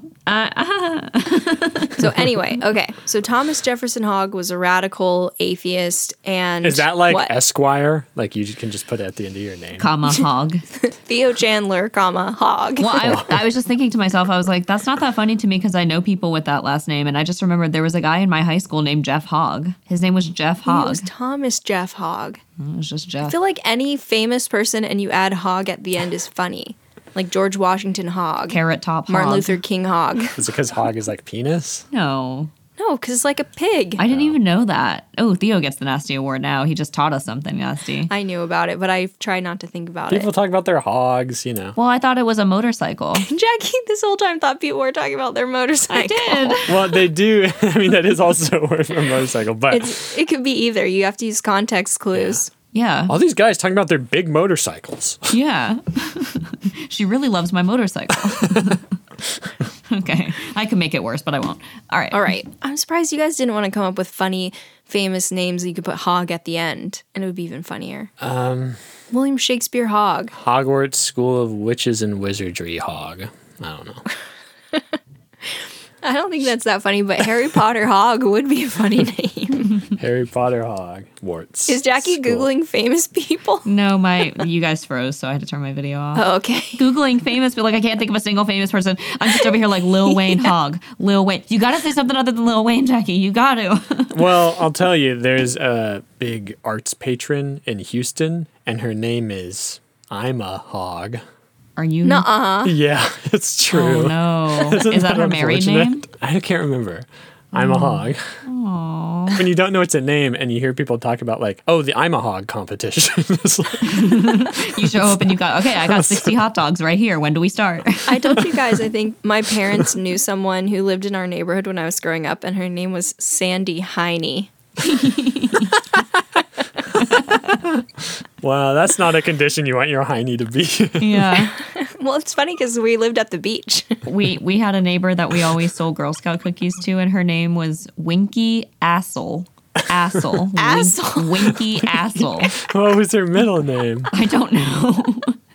S3: So anyway, okay. So Thomas Jefferson Hogg was a radical atheist, and
S1: Is that like
S3: what?
S1: Esquire? Like you can just put it at the end of your name.
S4: Comma hog.
S3: Theo Chandler, comma Hogg?
S4: Well, I, I was just thinking to myself, I was like, that's not that funny to me because I know people with that last name. And I just remembered there was a guy in my high school named Jeff Hogg. His name was Jeff
S3: It
S4: Hogg.
S3: was Thomas Jeff Hogg.
S4: It was just
S3: I
S4: Jeff.
S3: feel like any famous person and you add Hogg at the end is funny, like George Washington Hogg,
S4: Carrot top
S3: Martin
S4: hog.
S3: Luther King Hogg.
S1: Is it because hog is like penis?
S4: No,
S3: No, because it's like a pig. I,
S4: I didn't even know that. Oh, Theo gets the nasty award now. He just taught us something nasty.
S3: knew about it, but I try not to think about
S1: People
S3: it.
S1: talk about their hogs, you know.
S4: Well, I thought it was a motorcycle.
S3: Jackie, this whole time thought people were talking about their motorcycle.
S4: did.
S1: Well, they do. I mean, that is also a word for motorcycle, but
S3: It's, it could be either. You have to use context clues.
S4: Yeah.
S3: Oh.
S1: all these guys talking about their big motorcycles.
S4: Yeah. she really loves my motorcycle. okay. I can make it worse, but I won't. All right.
S3: All right. I'm surprised you guys didn't want to come up with funny, famous names that you could put Hog at the end, and it would be even funnier. Um, William Shakespeare Hog.
S1: Hogwarts School of Witches and Wizardry hog. I don't know.
S3: I don't think that's that funny, but Harry Potter Hog would be a funny name.
S1: Harry Potter hog. Warts.
S3: Is Jackie
S1: School.
S3: Googling famous people?
S4: No, my you guys froze, so I had to turn my video off.
S3: Oh, okay.
S4: Googling famous, but like I can't think of a single famous person. I'm just over here like Lil Wayne Hog. Lil Wayne. You gotta say something other than Lil Wayne, Jackie. You gotta.
S1: Well, I'll tell you, there's a big arts patron in Houston, and her name is I'm a hog.
S4: Are you
S3: Uh-uh.
S1: Yeah, it's true.
S4: Oh no. Is that her married name? Oh.
S1: I can't remember. I'm a hog. When you don't know it's a name and you hear people talk about like, oh, the I'm a hog competition. it's like,
S4: You show up and you got okay, I got sixty hot dogs right here. When do we start?
S3: I told you guys, I think my parents knew someone who lived in our neighborhood when I was growing up, and her name was Sandy Heine.
S1: wow, that's not a condition you want your hiney to be.
S4: yeah.
S3: Well, it's funny because we lived at the beach.
S4: We we had a neighbor that we always sold Girl Scout cookies to, and her name was Winky Assel. Assel.
S3: Assel.
S4: Winky Assel.
S1: what was her middle name?
S4: I don't know.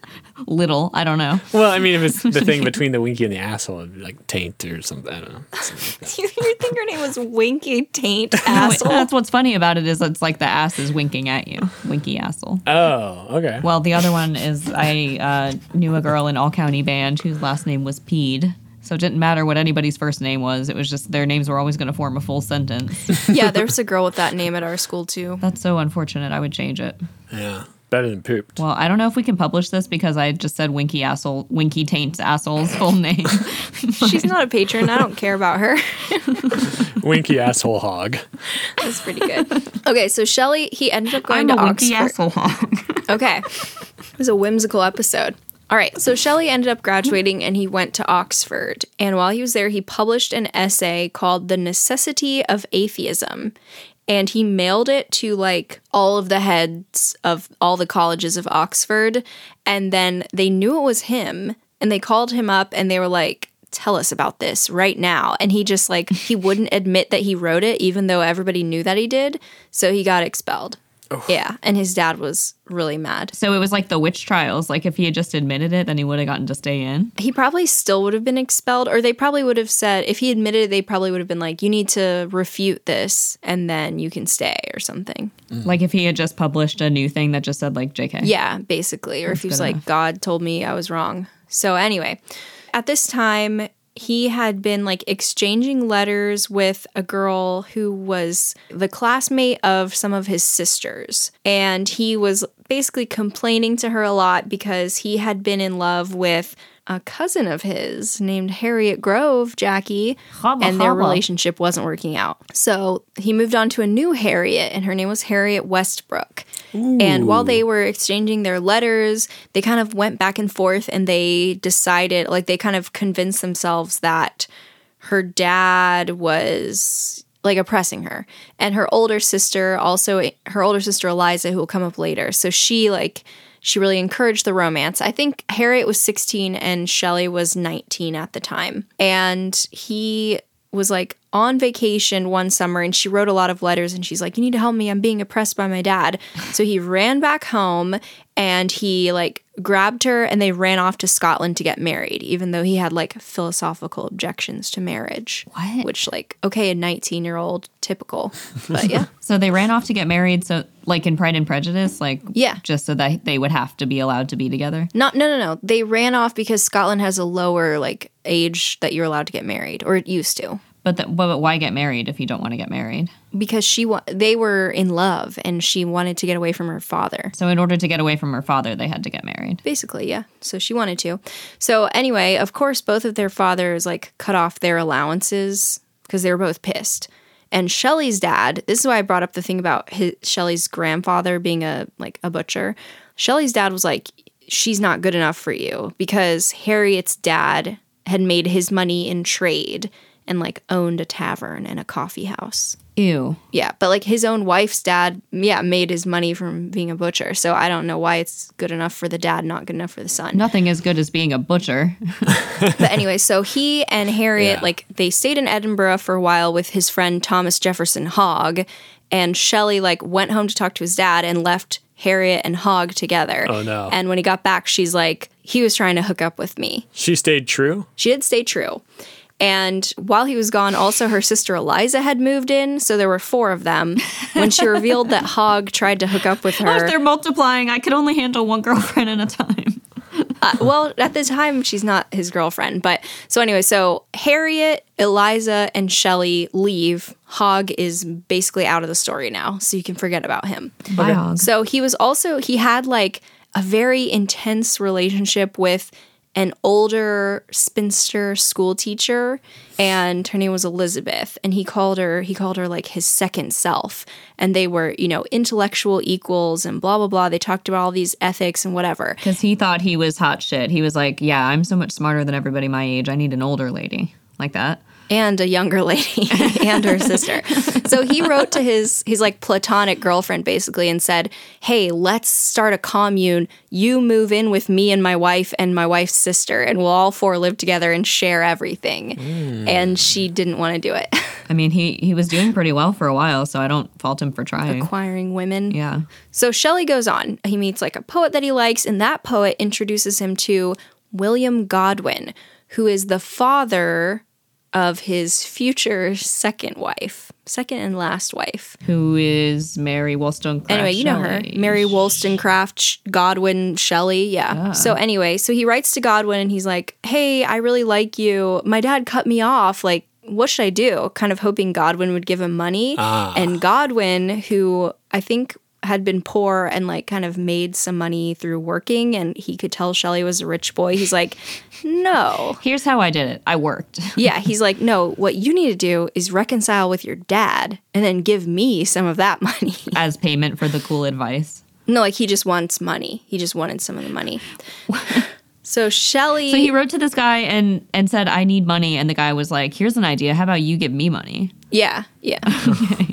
S4: little. I don't know.
S1: Well, I mean, if it's the thing between the winky and the asshole, it'd be like taint or something. I don't know.
S3: you think her name was Winky Taint Asshole?
S4: That's what's funny about it is it's like the ass is winking at you, winky asshole.
S1: Oh, okay.
S4: Well, the other one is I uh, knew a girl in All County Band whose last name was Peed. So it didn't matter what anybody's first name was. It was just their names were always going to form a full sentence.
S3: yeah, there's a girl with that name at our school too.
S4: That's so unfortunate. I would change it.
S1: yeah, better than pooped.
S4: Well, I don't know if we can publish this because I just said Winky asshole, Winky taints asshole's full name.
S3: She's not a patron. I don't care about her.
S1: winky asshole hog.
S3: That's pretty good. Okay, so Shelley, he ended up going
S4: I'm a
S3: to
S4: Winky
S3: Oxford.
S4: asshole hog.
S3: Okay. It was a whimsical episode. All right. So Shelley ended up graduating and he went to Oxford. And while he was there, he published an essay called The Necessity of Atheism. And he mailed it to like all of the heads of all the colleges of Oxford. And then they knew it was him and they called him up and they were like, tell us about this right now. And he just like, he wouldn't admit that he wrote it, even though everybody knew that he did. So he got expelled. Yeah. And his dad was really mad.
S4: So it was like the witch trials. Like if he had just admitted it, then he would have gotten to stay in.
S3: he probably still would have been expelled, or they probably would have said, if he admitted, it, they probably would have been like, you need to refute this and then you can stay or something.
S4: Like if he had just published a new thing that just said like JK.
S3: Yeah, basically. Or if he was like, God told me I was wrong. So, anyway, at this time, he had been like exchanging letters with a girl who was the classmate of some of his sisters. And he was basically complaining to her a lot because he had been in love with a cousin of his named Harriet Grove, Jackie,
S4: Hubba
S3: and their
S4: hubba.
S3: relationship wasn't working out. So he moved on to a new Harriet, and her name was Harriet Westbrook. And while they were exchanging their letters, they kind of went back and forth and they decided, like, they kind of convinced themselves that her dad was like oppressing her and her older sister also her older sister eliza who will come up later so she like she really encouraged the romance i think harriet was 16 and shelley was 19 at the time and he was like on vacation one summer and she wrote a lot of letters and she's like you need to help me i'm being oppressed by my dad so he ran back home and he like grabbed her and they ran off to scotland to get married even though he had like philosophical objections to marriage
S4: What?
S3: which like okay a 19 year old typical but yeah
S4: So they ran off to get married. So like in Pride and Prejudice, like
S3: Yeah.
S4: just so that they would have to be allowed to be together.
S3: not no no no they ran off because scotland has a lower like age that you're allowed to get married or it used to
S4: But the, but why get married if you don't want to get married?
S3: because she wa- they were in love and she wanted to get away from her father
S4: So in order to get away from her father, they had to get married.
S3: basically yeah so she wanted to so anyway of course both of their fathers like cut off their allowances because they were both pissed and Shelley's dad this is why i brought up the thing about his, Shelley's grandfather being a like a butcher Shelley's dad was like she's not good enough for you because harriet's dad had made his money in trade and like owned a tavern and a coffee house
S4: Ew.
S3: yeah, but like his own wife's dad, yeah, made his money from being a butcher. So I don't know why it's good enough for the dad, not good enough for the son.
S4: Nothing as good as being a butcher.
S3: But anyway, so he and Harriet,
S1: Yeah.
S3: like, they stayed in Edinburgh for a while with his friend Thomas Jefferson Hogg. And Shelley, like, went home to talk to his dad and left Harriet and Hogg together.
S1: Oh, no.
S3: And when he got back, she's like, he was trying to hook up with me.
S1: She stayed true.
S3: She did stay true. And while he was gone, also her sister Eliza had moved in, so there were four of them. When she revealed that Hogg tried to hook up with her,
S4: They're multiplying. I could only handle one girlfriend at a time.
S3: uh, well, at the time she's not his girlfriend, but so anyway, so Harriet, Eliza, and Shelley leave. Hogg is basically out of the story now, so you can forget about him.
S4: Biog.
S3: So he was also he had like a very intense relationship with an older spinster school teacher and her name was Elizabeth and he called her he called her like his second self and they were you know intellectual equals and blah blah blah they talked about all these ethics and whatever
S4: Because he thought he was hot shit. He was like, yeah, I'm so much smarter than everybody my age. I need an older lady like that.
S3: and a younger lady and her sister. So he wrote to his his like platonic girlfriend basically and said, "Hey, let's start a commune. You move in with me and my wife and my wife's sister and we'll all four live together and share everything." And she didn't want to do it.
S4: I mean, he he was doing pretty well for a while, so I don't fault him for trying.
S3: acquiring women.
S4: Yeah.
S3: So Shelley goes on. He meets like a poet that he likes, and that poet introduces him to William Godwin, who is the father of his future second wife, second and last wife.
S4: Who is Mary Wollstonecraft?
S3: Anyway, you know her,
S4: Shelley?
S3: Mary Wollstonecraft, Sh- Godwin, Shelley. Yeah. So anyway, so he writes to Godwin and he's like, "Hey, I really like you. My dad cut me off. Like, what should I do?" Kind of hoping Godwin would give him money. And Godwin, who I think had been poor and like kind of made some money through working, and he could tell Shelley was a rich boy. He's like, "No."
S4: Here's how I did it. I worked.
S3: Yeah, he's like, no, what you need to do is reconcile with your dad and then give me some of that money.
S4: as payment for the cool advice.
S3: No, like he just wants money. He just wanted some of the money. so Shelly,
S4: So he wrote to this guy and and said, "I need money," and the guy was like, "Here's an idea. How about you give me money?"
S3: yeah, yeah.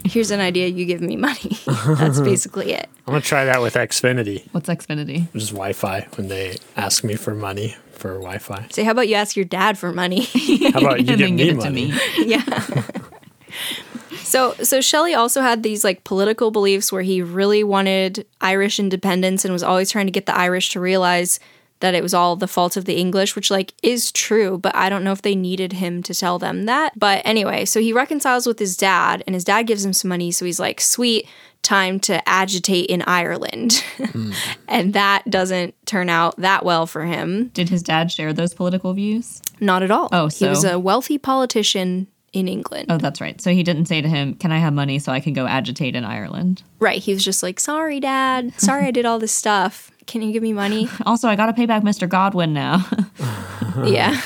S3: Here's an idea. You give me money. That's basically it.
S1: I'm gonna try that with Xfinity,
S4: What's Xfinity?
S1: which is Wi-Fi. When they ask me for money for Wi-Fi,
S3: Say, how about you ask your dad for money?
S1: how about you
S4: and
S1: give
S4: then
S1: me
S4: give it
S1: money?
S4: to me.
S3: yeah. So, so Shelley also had these like political beliefs where he really wanted Irish independence and was always trying to get the Irish to realize that it was all the fault of the English, which like is true, but I don't know if they needed him to tell them that. But anyway, so he reconciles with his dad and his dad gives him some money, so he's like, "Sweet, time to agitate in Ireland."
S4: Hmm.
S3: and that doesn't turn out that well for him.
S4: Did his dad share those political views?
S3: Not at all.
S4: Oh,
S3: he was
S4: so-
S3: a wealthy politician in England.
S4: Oh, that's right. So he didn't say to him, "Can I have money so I can go agitate in Ireland?"
S3: Right. He was just like, sorry, dad. Sorry, I did all this stuff. Can you give me money?
S4: Also, I got to pay back Mr. Godwin now.
S3: yeah.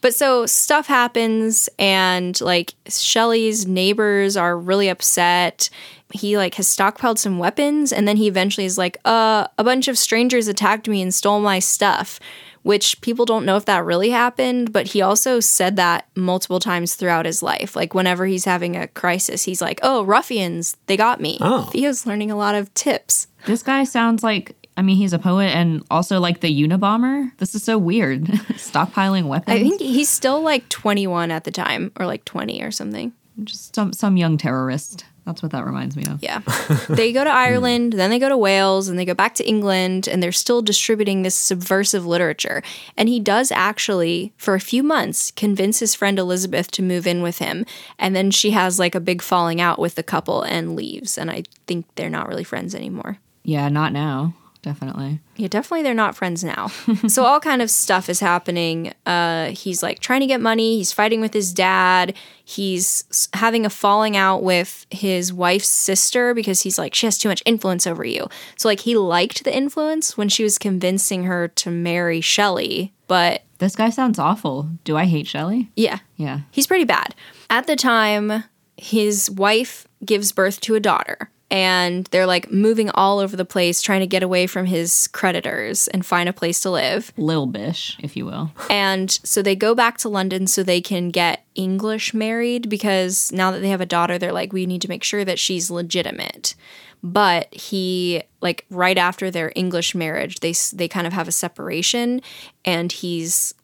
S3: but so stuff happens, and like Shelly's neighbors are really upset. He like has stockpiled some weapons, and then he eventually is like, uh, a bunch of strangers attacked me and stole my stuff. Which people don't know if that really happened, but he also said that multiple times throughout his life. Like, whenever he's having a crisis, he's like, Oh, ruffians, they got me.
S1: Oh.
S3: Theo's learning a lot of tips.
S4: this guy sounds like. I mean, he's a poet and also like the Unabomber. This is so weird. Stockpiling weapons.
S3: I think he's still like 21 at the time, or like 20 or something.
S4: just some some young terrorist. That's what that reminds me of.
S3: Yeah. they go to Ireland, then they go to Wales, and they go back to England, and they're still distributing this subversive literature. And he does actually, for a few months, convince his friend Elizabeth to move in with him. And then she has like a big falling out with the couple and leaves. And I think they're not really friends anymore.
S4: Yeah, not now. Definitely.
S3: Yeah, definitely they're not friends now. so all kind of stuff is happening. Uh, he's like trying to get money. He's fighting with his dad. He's s- having a falling out with his wife's sister because he's like she has too much influence over you. So like he liked the influence when she was convincing her to marry Shelley, but
S4: This guy sounds awful. Do I hate Shelley?
S3: yeah,
S4: Yeah.
S3: He's pretty bad. At the time, his wife gives birth to a daughter, and they're like moving all over the place trying to get away from his creditors and find a place to live.
S4: Lil Bish, if you will.
S3: And so they go back to London so they can get English married because now that they have a daughter, they're like, we need to make sure that she's legitimate. But he, like, right after their English marriage, they s- they kind of have a separation, and he's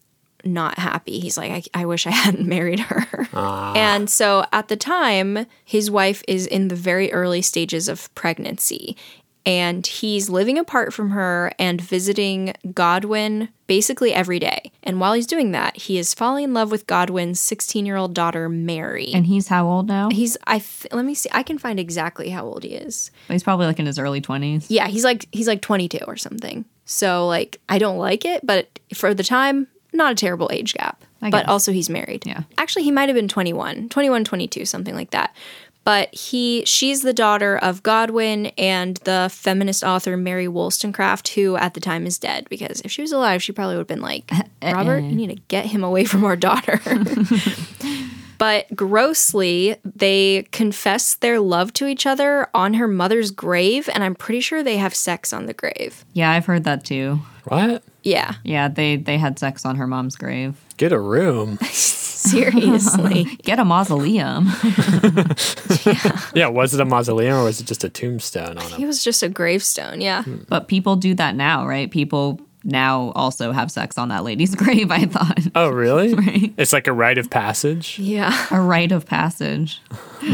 S3: not happy. He's like, I, I wish I hadn't married her. And so at the time, his wife is in the very early stages of pregnancy. And he's living apart from her and visiting Godwin basically every day. And while he's doing that, he is falling in love with Godwin's 16 year old daughter, Mary.
S4: And he's how old now?
S3: he's, I, th- let me see, I can find exactly how old he is.
S4: He's probably like in his early 20s.
S3: Yeah, he's like he's like 22 or something. So like I don't like it, but for the time, not a terrible age gap.
S4: I
S3: But
S4: guess.
S3: also he's married.
S4: Yeah.
S3: Actually, he might have been 21, 21, 22, something like that. But he she's the daughter of Godwin and the feminist author Mary Wollstonecraft, who at the time is dead because if she was alive, she probably would have been like,
S4: Eh,
S3: Robert, you need to get him away from our daughter. But grossly, they confess their love to each other on her mother's grave, and I'm pretty sure they have sex on the grave.
S4: Yeah, I've heard that too.
S1: What?
S3: Yeah,
S4: Yeah, they they had sex on her mom's grave.
S1: Get a room.
S3: seriously.
S4: Get a mausoleum.
S1: yeah, was it a mausoleum or was it just a tombstone on
S3: he
S1: him?
S4: Hmm.
S3: was just a gravestone, yeah.
S4: but people do that now, right? People now also have sex on that lady's grave, I thought.
S1: Oh, really?
S4: Right.
S1: It's like a rite of passage.
S3: Yeah.
S4: A rite of passage.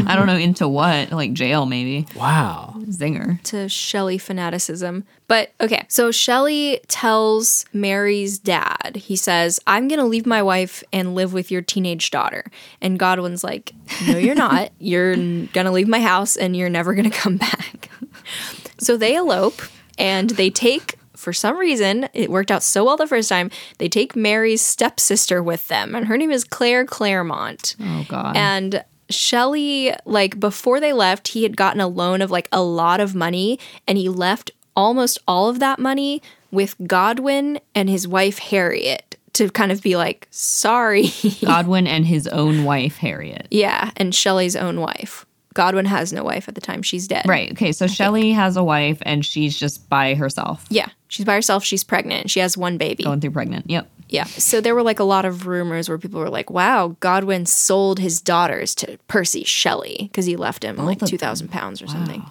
S4: I don't know into what, like jail maybe.
S1: Wow.
S4: Zinger.
S3: to Shelley fanaticism. But okay, so Shelley tells Mary's dad, he says, I'm going to leave my wife and live with your teenage daughter. And Godwin's like, No, you're not. You're going to leave my house and you're never going to come back. So they elope and they take, for some reason, it worked out so well the first time, they take Mary's stepsister with them. And her name is Claire Claremont.
S4: Oh god.
S3: And Shelly, like before they left, he had gotten a loan of like a lot of money and he left almost all of that money with Godwin and his wife Harriet to kind of be like, sorry.
S4: Godwin and his own wife, Harriet.
S3: yeah. And Shelly's own wife. Godwin has no wife at the time. She's dead.
S4: Right. Okay. So Shelley has a wife and she's just by herself.
S3: Yeah. She's by herself. She's pregnant. She has one baby.
S4: Going through pregnant. Yep.
S3: Yeah. So there were like a lot of rumors where people were like, wow, Godwin sold his daughters to Percy Shelley because he left him like 2,000 pounds or something.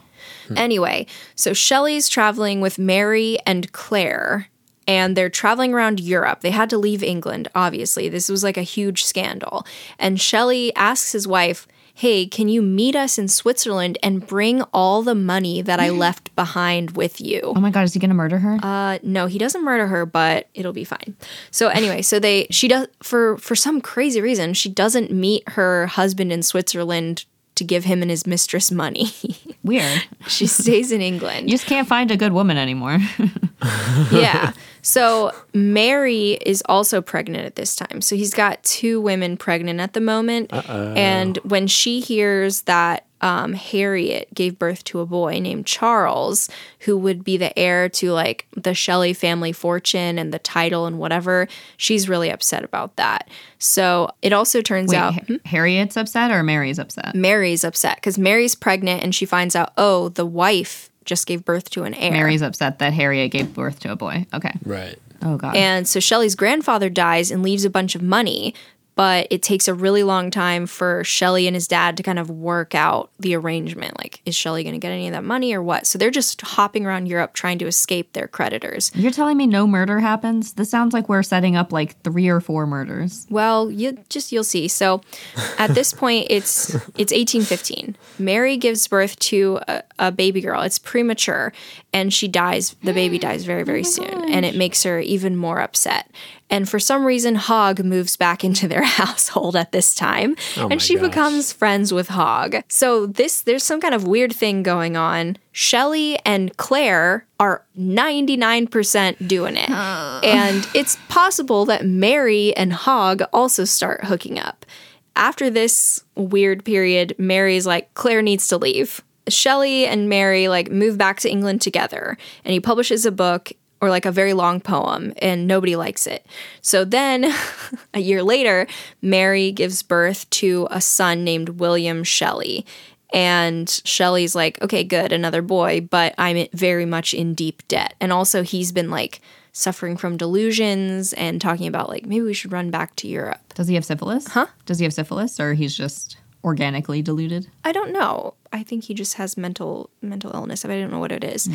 S3: Anyway, so Shelley's traveling with Mary and Claire, and they're traveling around Europe. They had to leave England, obviously. This was like a huge scandal. And Shelley asks his wife, Hey, can you meet us in Switzerland and bring all the money that I left behind with you?
S4: Oh my god, is he gonna murder her?
S3: Uh, no, he doesn't murder her, but it'll be fine. So anyway, so they she does for for some crazy reason she doesn't meet her husband in Switzerland to give him and his mistress money.
S4: Weird.
S3: she stays in England.
S4: You just can't find a good woman anymore.
S3: yeah. So Mary is also pregnant at this time. So he's got two women pregnant at the moment. And when she hears that um, Harriet gave birth to a boy named Charles, who would be the heir to like the Shelley family fortune and the title and whatever, she's really upset about that. So it also turns
S4: Wait,
S3: out.
S4: Ha- Harriet's upset or Mary's upset?
S3: Mary's upset because Mary's pregnant and she finds out, oh, the wife just gave birth to an heir.
S4: Mary's upset that Harriet gave birth to a boy. Okay.
S1: Right.
S4: Oh god.
S3: And so Shelley's grandfather dies and leaves a bunch of money, but it takes a really long time for Shelley and his dad to kind of work out the arrangement. Like, is Shelley going to get any of that money or what? So they're just hopping around Europe trying to escape their creditors.
S4: You're telling me no murder happens? This sounds like we're setting up like three or four murders.
S3: Well, you just you'll see. So, at this point, it's it's 1815. Mary gives birth to a, a baby girl. It's premature, and she dies. The baby dies very very soon, and it makes her even more upset. And for some reason, Hog moves back into their household at this time,
S1: my
S3: and she
S1: gosh.
S3: becomes friends with Hog. So this there's some kind of weird thing going on. Shelley and Claire are 99% doing it. And it's possible that Mary and Hog also start hooking up. After this weird period, Mary's like, Claire needs to leave. Shelley and Mary like move back to England together, and he publishes a book or like a very long poem, and nobody likes it. So then a year later, Mary gives birth to a son named William Shelley. And Shelley's like, okay, good, another boy, but I'm very much in deep debt. And also, he's been like suffering from delusions and talking about like, maybe we should run back to Europe.
S4: Does he have syphilis? Huh? Does he have syphilis or he's just organically diluted?
S3: I don't know. I think he just has mental mental illness. I don't know what it is.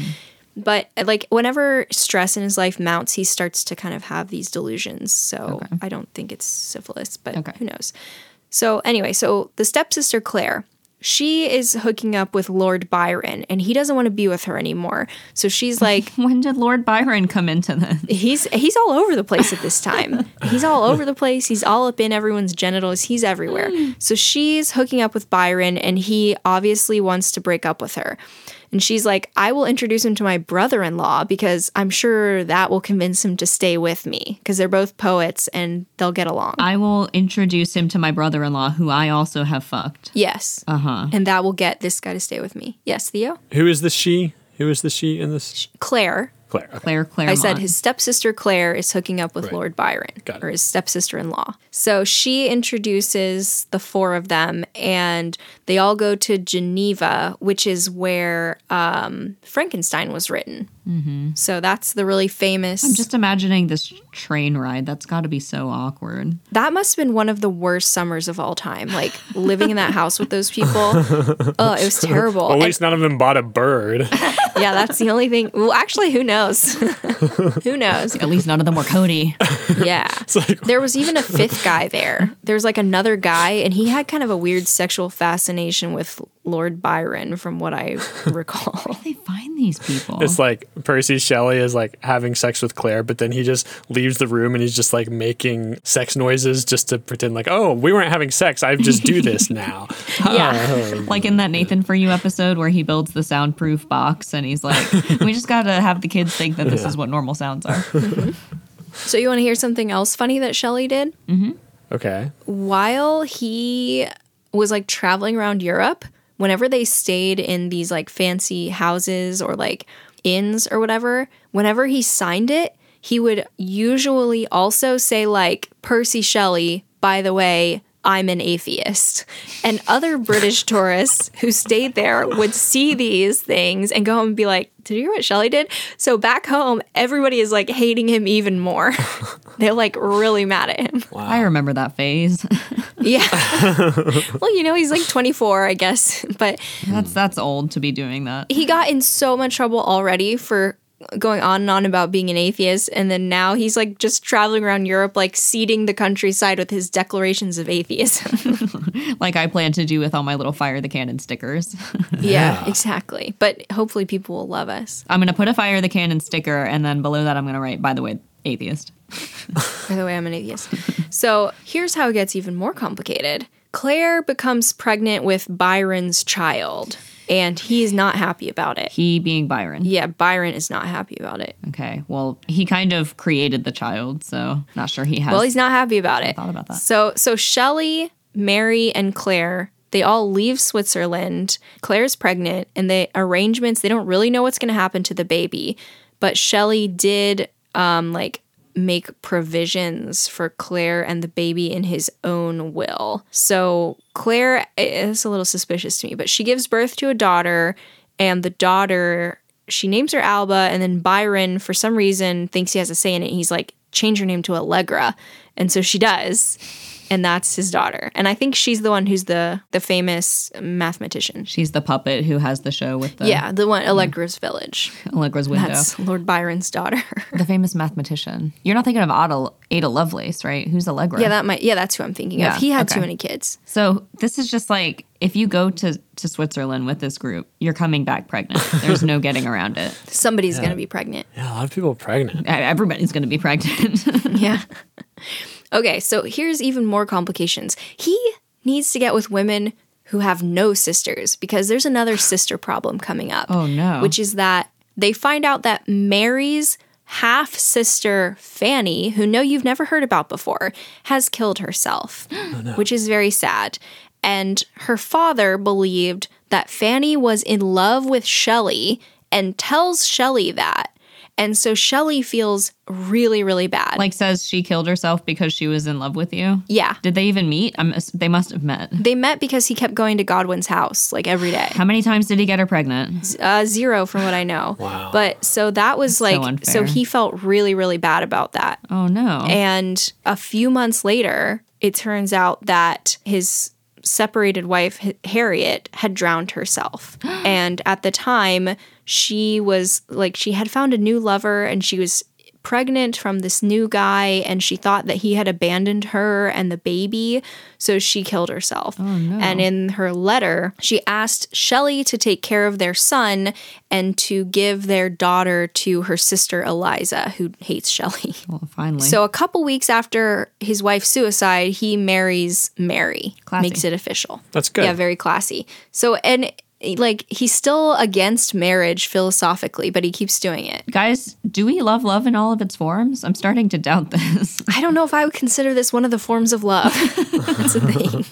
S3: But like whenever stress in his life mounts, he starts to kind of have these delusions. So I don't think it's syphilis, but
S4: Okay.
S3: who knows. So anyway, so the stepsister Claire, she is hooking up with Lord Byron and he doesn't want to be with her anymore. So she's like
S4: When did Lord Byron come into this?
S3: he's he's all over the place at this time. he's all over the place. He's all up in everyone's genitals. He's everywhere. So she's hooking up with Byron and he obviously wants to break up with her. And she's like, "I will introduce him to my brother-in-law because I'm sure that will convince him to stay with me because they're both poets and they'll get along."
S4: I will introduce him to my brother in law, who I also have fucked.
S3: yes. Uh-huh. And that will get this guy to stay with me. Yes, Theo.
S1: Who is the she? Who is the she in this?
S3: Claire
S1: Claire. Okay.
S4: Claire Claremont.
S3: I said his stepsister Claire is hooking up with Lord Byron,
S1: Got it.
S3: or his stepsister in law. So she introduces the four of them, and they all go to Geneva, which is where um, Frankenstein was written.
S1: Mm-hmm.
S3: So that's the really famous.
S4: I'm just imagining this train ride. That's got to be so awkward.
S3: that must have been one of the worst summers of all time. Like living in that house with those people. oh, it was terrible.
S1: Well, at
S3: And-
S1: least none of them bought a bird.
S3: yeah, that's the only thing. Well, actually, who knows? who knows?
S4: At least none of them were Cody.
S3: Yeah.
S1: like-
S3: there was even a fifth guy there. There was like another guy, and he had kind of a weird sexual fascination with Lord Byron, from what I recall.
S4: they find these people.
S1: It's like Percy Shelley is like having sex with Claire, but then he just leaves the room and he's just like making sex noises just to pretend like, oh, we weren't having sex. I just do this now.
S3: Yeah.
S4: like in that Nathan for You episode where he builds the soundproof box and he's like, we just got to have the kids think that this is what normal sounds are.
S3: so, you want to hear something else funny that Shelley did?
S1: Okay.
S3: while he was like traveling around Europe, whenever they stayed in these like fancy houses or like inns or whatever, whenever he signed it, he would usually also say like Percy Shelley, by the way, I'm an atheist. And other British tourists who stayed there would see these things and go home and be like, Did you hear what Shelley did? So back home, everybody is like hating him even more. They're like really mad at him.
S4: I remember that phase.
S3: Yeah. well, you know, he's like 24, I guess, but
S4: that's that's old to be doing that.
S3: he got in so much trouble already for going on and on about being an atheist and then now he's like just traveling around Europe like seeding the countryside with his declarations of atheism.
S4: Like I plan to do with all my little fire the cannon stickers.
S3: yeah, exactly. But hopefully people will love us.
S4: I'm gonna put a fire the cannon sticker and then below that I'm gonna write, by the way, atheist.
S3: By the way, I'm an atheist. so, here's how it gets even more complicated. Claire becomes pregnant with Byron's child and he is not happy about it.
S4: He being Byron.
S3: Yeah, Byron is not happy about it.
S4: Okay. Well, he kind of created the child, so not sure he has
S3: Well, he's not happy about it.
S4: thought about that.
S3: So so Shelley, Mary, and Claire, they all leave Switzerland. Claire's pregnant, and the arrangements they don't really know what's going to happen to the baby, but Shelley did um like make provisions for Claire and the baby in his own will. So Claire is a little suspicious to me, but she gives birth to a daughter and the daughter she names her Alba, and then Byron, for some reason, thinks he has a say in it. He's like, change her name to Allegra. And so she does. And that's his daughter. And I think she's the one who's the the famous mathematician.
S4: she's the puppet who has the show with the
S3: Yeah, the one Allegra's village.
S4: Allegra's window.
S3: That's Lord Byron's daughter.
S4: the famous mathematician. You're not thinking of Ada, Ada Lovelace, right? Who's Allegra?
S3: yeah, that might yeah, that's who I'm thinking
S4: Yeah,
S3: of. He had
S4: okay.
S3: too many kids.
S4: So this is just like if you go to to Switzerland with this group, you're coming back pregnant. There's no getting around it.
S3: Somebody's gonna be pregnant.
S1: Yeah, a lot of people are pregnant.
S4: E- Everybody's going to be pregnant.
S3: Yeah. okay, so here's even more complications. He needs to get with women who have no sisters because there's another sister problem coming up.
S4: Oh, no.
S3: Which is that they find out that Mary's half sister Fanny, who no you've never heard about before, has killed herself,
S4: Oh,
S3: which is very sad. And her father believed that Fanny was in love with Shelley and tells Shelley that. And so Shelley feels really, really bad.
S4: like says she killed herself because she was in love with you.
S3: Yeah.
S4: Did they even meet? I'm, ass- they must have met.
S3: They met because he kept going to Godwin's house like every day.
S4: How many times did he get her pregnant?
S3: Uh, zero from what I know.
S1: Wow.
S3: But so that was like, so,
S4: unfair.
S3: he felt really, really bad about that.
S4: Oh no.
S3: And a few months later, it turns out that his separated wife, H- Harriet, had drowned herself. and at the time, she was like, she had found a new lover and she was pregnant from this new guy and she thought that he had abandoned her and the baby so she killed herself and in her letter she asked shelley to take care of their son and to give their daughter to her sister eliza who hates shelley
S4: well, finally.
S3: so a couple weeks after his wife's suicide, he marries Mary.
S4: Classy.
S3: Makes it official.
S1: That's good.
S3: Yeah, very classy. So and like he's still against marriage philosophically, but he keeps doing it.
S4: Guys, do we love love in all of its forms? I'm starting to doubt this.
S3: I don't know if I would consider this one of the forms of love. That's a thing.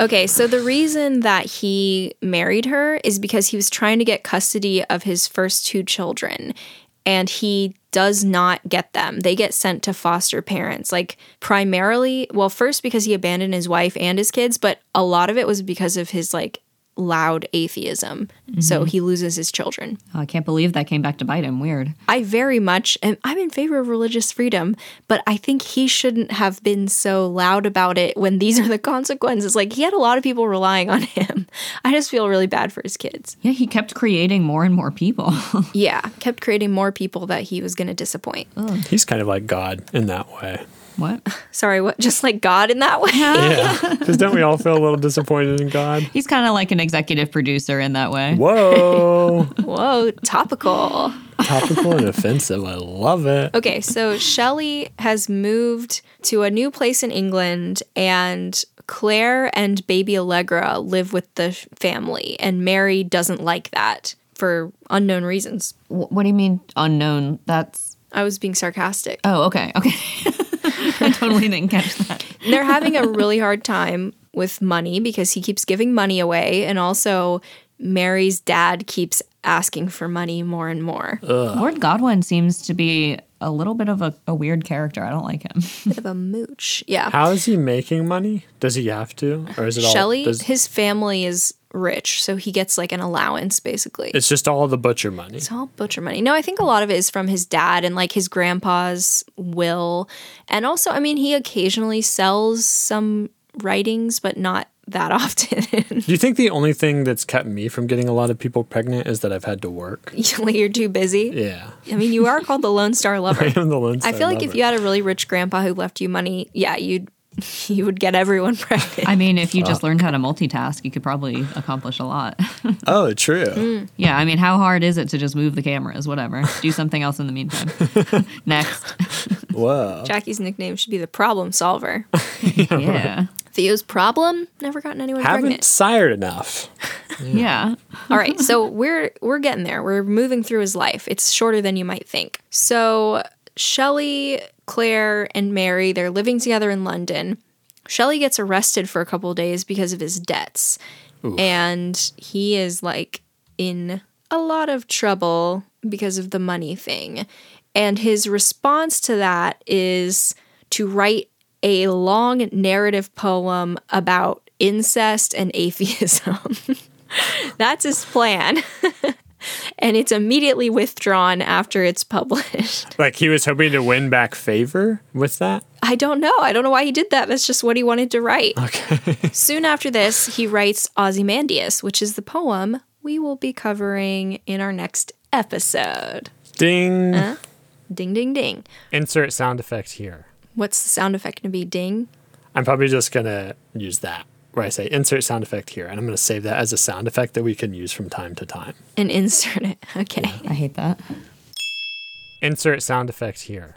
S3: okay, so the reason that he married her is because he was trying to get custody of his first two children and he does not get them. They get sent to foster parents. Like primarily, well first because he abandoned his wife and his kids, but a lot of it was because of his like loud atheism. So he loses his children.
S4: Oh, I can't believe that came back to bite him. Weird.
S3: I very much am I'm in favor of religious freedom, but I think he shouldn't have been so loud about it when these are the consequences. Like he had a lot of people relying on him. I just feel really bad for his kids.
S4: Yeah, he kept creating more and more people.
S3: Yeah, kept creating more people that he was going to disappoint.
S1: He's kind of like God in that way.
S4: what?
S3: Sorry, what? Just like God in that way.
S1: Yeah. Because don't we all feel a little disappointed in God?
S4: He's kind of like an executive producer in that way.
S1: Whoa.
S3: Whoa, topical.
S1: Topical and offensive. I love it.
S3: Okay, so Shelley has moved to a new place in England, and Claire and baby Allegra live with the sh- family, and Mary doesn't like that for unknown reasons.
S4: Wh- what do you mean unknown? That's
S3: I was being sarcastic.
S4: oh okay okay. I totally didn't catch that.
S3: They're having a really hard time with money because he keeps giving money away, and also Mary's dad keeps asking for money more and more.
S1: Uh.
S4: Lord Godwin seems to be a little bit of a, a weird character. I don't like him.
S3: Bit of a mooch. Yeah.
S1: How is he making money? Does he have to? Or is it all
S3: Shelley,
S1: does-
S3: his family is rich, so he gets like an allowance basically.
S1: it's just all the butcher money.
S3: It's all butcher money. No, I think a lot of it is from his dad and like his grandpa's will. And also, I mean, he occasionally sells some writings, but not that often.
S1: Do you think the only thing that's kept me from getting a lot of people pregnant is that I've had to work?
S3: like you're too busy.
S1: Yeah.
S3: I mean, you are called the Lone Star Lover.
S1: I am the lone
S3: I
S1: star
S3: feel like if
S1: lover.
S3: you had a really rich grandpa who left you money, yeah, you'd you would get everyone pregnant.
S4: I mean, if you just learned how to multitask, you could probably accomplish a lot.
S1: Oh, true.
S3: Mm.
S4: yeah, I mean, how hard is it to just move the cameras? Whatever. Do something else in the meantime. Next.
S1: Whoa.
S3: Jackie's nickname should be the problem solver.
S4: Yeah.
S3: Theo's problem never gotten anyone
S1: Haven't
S3: pregnant.
S1: sired enough.
S4: Yeah.
S3: All right, so we're we're getting there. We're moving through his life. It's shorter than you might think. So Shelley, Claire, and Mary, they're living together in London. Shelley gets arrested for a couple of days because of his debts. And he is like in a lot of trouble because of the money thing. And his response to that is to write a long narrative poem about incest and atheism. That's his plan. and it's immediately withdrawn after it's published.
S1: Like he was hoping to win back favor with that.
S3: I don't know. I don't know why he did that. That's just what he wanted to write.
S1: Okay.
S3: Soon after this, he writes Ozymandias, which is the poem we will be covering in our next episode.
S1: Ding.
S3: Uh-huh. Ding, ding, ding.
S1: Insert sound effect here.
S3: What's the sound effect going to be? Ding?
S1: I'm probably just gonna use that where I say insert sound effect here, and I'm gonna save that as a sound effect that we can use from time to time.
S3: And insert it. Okay.
S4: I hate that.
S1: Insert sound effect here.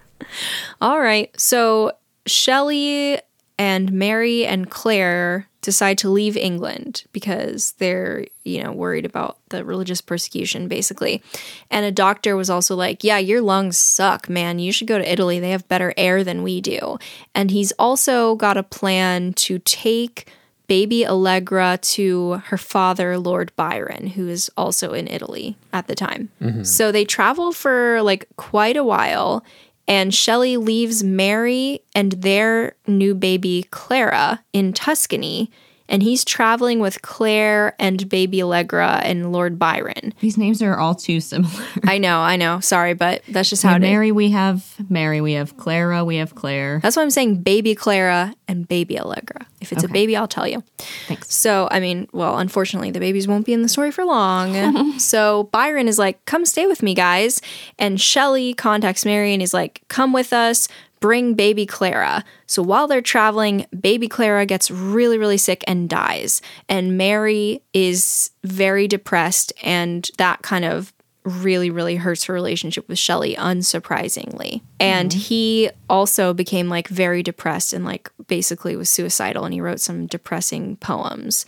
S3: All right. So Shelley and Mary and Claire decide to leave England because they're, you know, worried about the religious persecution basically. And a doctor was also like, "Yeah, your lungs suck, man. You should go to Italy. They have better air than we do." And he's also got a plan to take baby Allegra to her father, Lord Byron, who is also in Italy at the time. So they travel for like quite a while, and Shelley leaves Mary and their new baby, Clara, in Tuscany. And he's traveling with Claire and baby Allegra and Lord Byron.
S4: These names are all too similar.
S3: I know, I know. Sorry, but that's just how it is.
S4: Mary, we have Mary, we have Clara, we have Claire.
S3: That's why I'm saying baby Clara and baby Allegra. If it's a baby, I'll tell you.
S4: Thanks.
S3: So, I mean, well, unfortunately, the babies won't be in the story for long. so, Byron is like, come stay with me, guys. And Shelly contacts Mary and is like, come with us, bring baby Clara. So, while they're traveling, baby Clara gets really, really sick and dies. And Mary is very depressed, and that kind of really, really hurts her relationship with Shelley, unsurprisingly. And he also became like very depressed and like basically was suicidal and he wrote some depressing poems.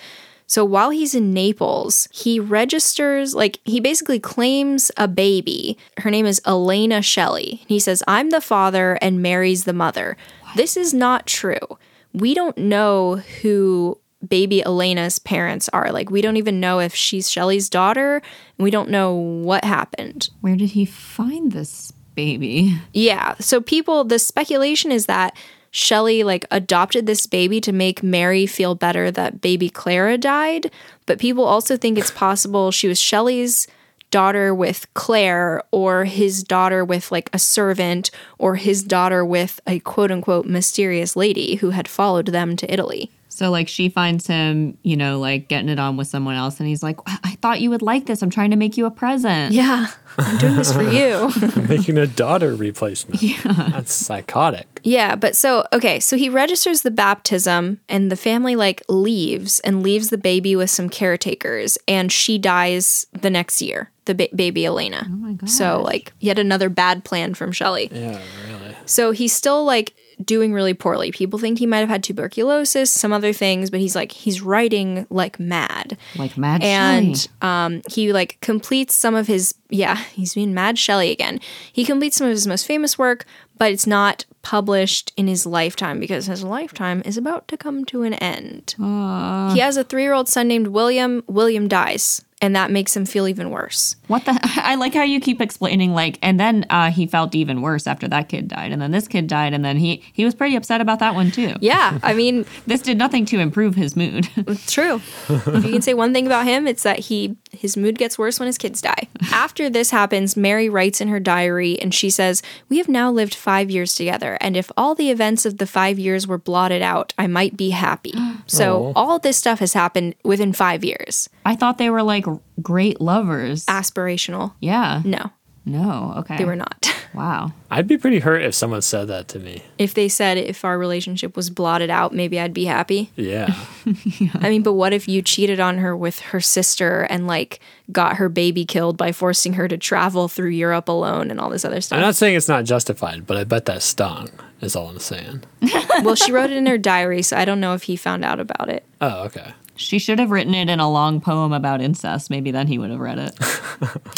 S3: So while he's in Naples, he registers, like, he basically claims a baby. Her name is Elena Shelley. He says, I'm the father and Mary's the mother. This is not true. We don't know who baby Elena's parents are. Like, we don't even know if she's Shelley's daughter. And we don't know what happened.
S4: Where did he find this baby?
S3: Yeah. So, people, the speculation is that Shelley like adopted this baby to make Mary feel better that baby Clara died, but people also think it's possible she was Shelley's daughter with Claire or his daughter with like a servant or his daughter with a quote unquote mysterious lady who had followed them to Italy.
S4: So like she finds him, you know, like getting it on with someone else, and he's like, "I, I thought you would like this. I'm trying to make you a present."
S3: Yeah, I'm doing this for you.
S1: Making a daughter replacement. Yeah. That's psychotic.
S3: Yeah, but so okay, so he registers the baptism and the family like leaves and leaves the baby with some caretakers and she dies the next year, the ba- baby Elena. Oh my god. So like yet another bad plan from Shelley.
S1: Yeah, really.
S3: So he's still like doing really poorly. People think he might have had tuberculosis, some other things, but he's like he's writing like mad.
S4: Like Mad Shelley.
S3: and um, he like completes some of his yeah he's being mad shelley again he completes some of his most famous work but it's not published in his lifetime because his lifetime is about to come to an end he has a three-year-old son named william william dies and that makes him feel even worse
S4: What the? I like how you keep explaining. Like, and then uh, he felt even worse after that kid died, and then this kid died, and then he he was pretty upset about that one too.
S3: yeah i mean
S4: This did nothing to improve his mood.
S3: True. if you can say one thing about him, it's that he his mood gets worse when his kids die. After this happens, Mary writes in her diary and she says, "We have now lived 5 years together, and if all the events of the 5 years were blotted out, I might be happy." So, all this stuff has happened within 5 years.
S4: I thought they were like great lovers.
S3: Aspirational.
S4: yeah.
S3: No,
S4: No. Okay.
S3: Ah. they were not.
S4: Wow.
S1: I'd be pretty hurt if someone said that to me.
S3: if they said if our relationship was blotted out, maybe I'd be happy.
S1: Yeah.
S3: I mean, but what if you cheated on her with her sister and like got her baby killed by forcing her to travel through Europe alone and all this other
S1: I'm
S3: stuff?
S1: not saying it's not justified, but I bet that stung, is all I'm saying.
S3: well, she wrote it in her diary, so I don't know if he found out about it.
S1: Oh, okay.
S4: She should have written it in a long poem about incest. Maybe then he would have read it.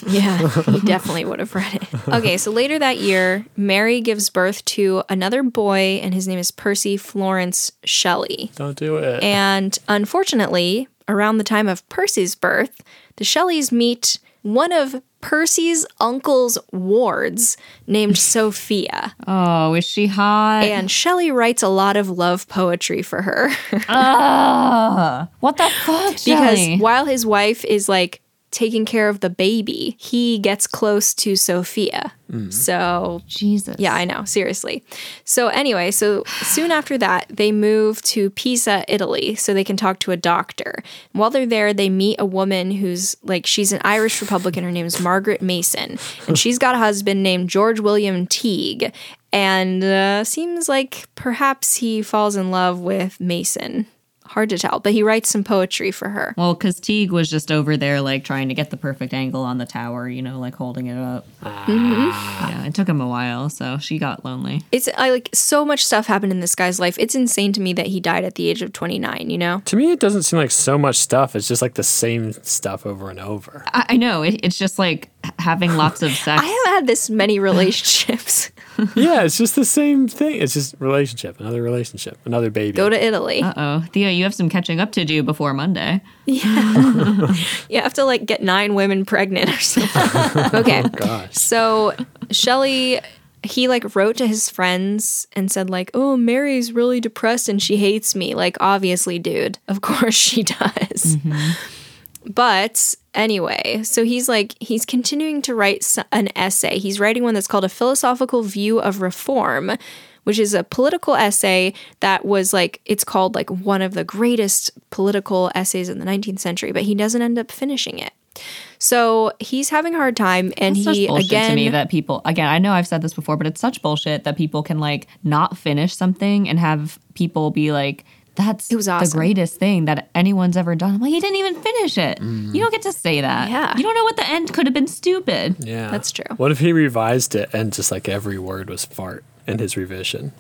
S3: Yeah, he definitely would have read it. Okay, so later that year, Mary gives birth to another boy, and his name is Percy Florence Shelley.
S1: Don't do it.
S3: And unfortunately, around the time of Percy's birth, the Shelleys meet one of Percy's uncle's wards named Sophia.
S4: Oh, is she hot?
S3: And Shelley writes a lot of love poetry for her
S4: what the fuck,
S3: because
S4: Shelley?
S3: while his wife is like taking care of the baby, he gets close to Sophia. So
S4: Jesus.
S3: Yeah, I know. Seriously. So anyway, so soon after that, they move to Pisa, Italy, so they can talk to a doctor. While they're there, they meet a woman who's like she's an Irish Republican. Her name is Margaret Mason, and she's got a husband named George William Teague. And uh, seems like perhaps he falls in love with Mason. Hard to tell, but he writes some poetry for her.
S4: Well, because Teague was just over there, like trying to get the perfect angle on the tower, you know, like holding it up. Mm-hmm. Yeah, it took him a while, so she got lonely.
S3: It's I like so much stuff happened in this guy's life. It's insane to me that he died at the age of 29, you know?
S1: to me, it doesn't seem like so much stuff. It's just like the same stuff over and over.
S4: I, I know. It, it's just like h- having lots of sex.
S3: I haven't had this many relationships.
S1: yeah, it's just the same thing. It's just relationship, another relationship, another baby.
S3: Go to Italy.
S4: oh, Theo, you have some catching up to do before Monday.
S3: You have to like get nine women pregnant or something. okay.
S1: Gosh.
S3: So Shelley, he like wrote to his friends and said like, "Oh, Mary's really depressed and she hates me." Like, obviously, dude. Of course she does. But anyway, so he's like he's continuing to write s- an essay. He's writing one that's called A Philosophical View of Reform, which is a political essay that was like it's called like one of the greatest political essays in the 19th century, but he doesn't end up finishing it. So he's having a hard time and
S4: It's such
S3: he
S4: bullshit
S3: again
S4: to me that people again i know i've said this before but it's such bullshit that people can like not finish something and have people be like that's
S3: was awesome.
S4: the greatest thing that anyone's ever done i'm like you didn't even finish it you don't get to say that
S3: Yeah.
S4: you don't know what the end could have been stupid
S1: yeah.
S3: That's true.
S1: What if he revised it and just like every word was fart in his revision?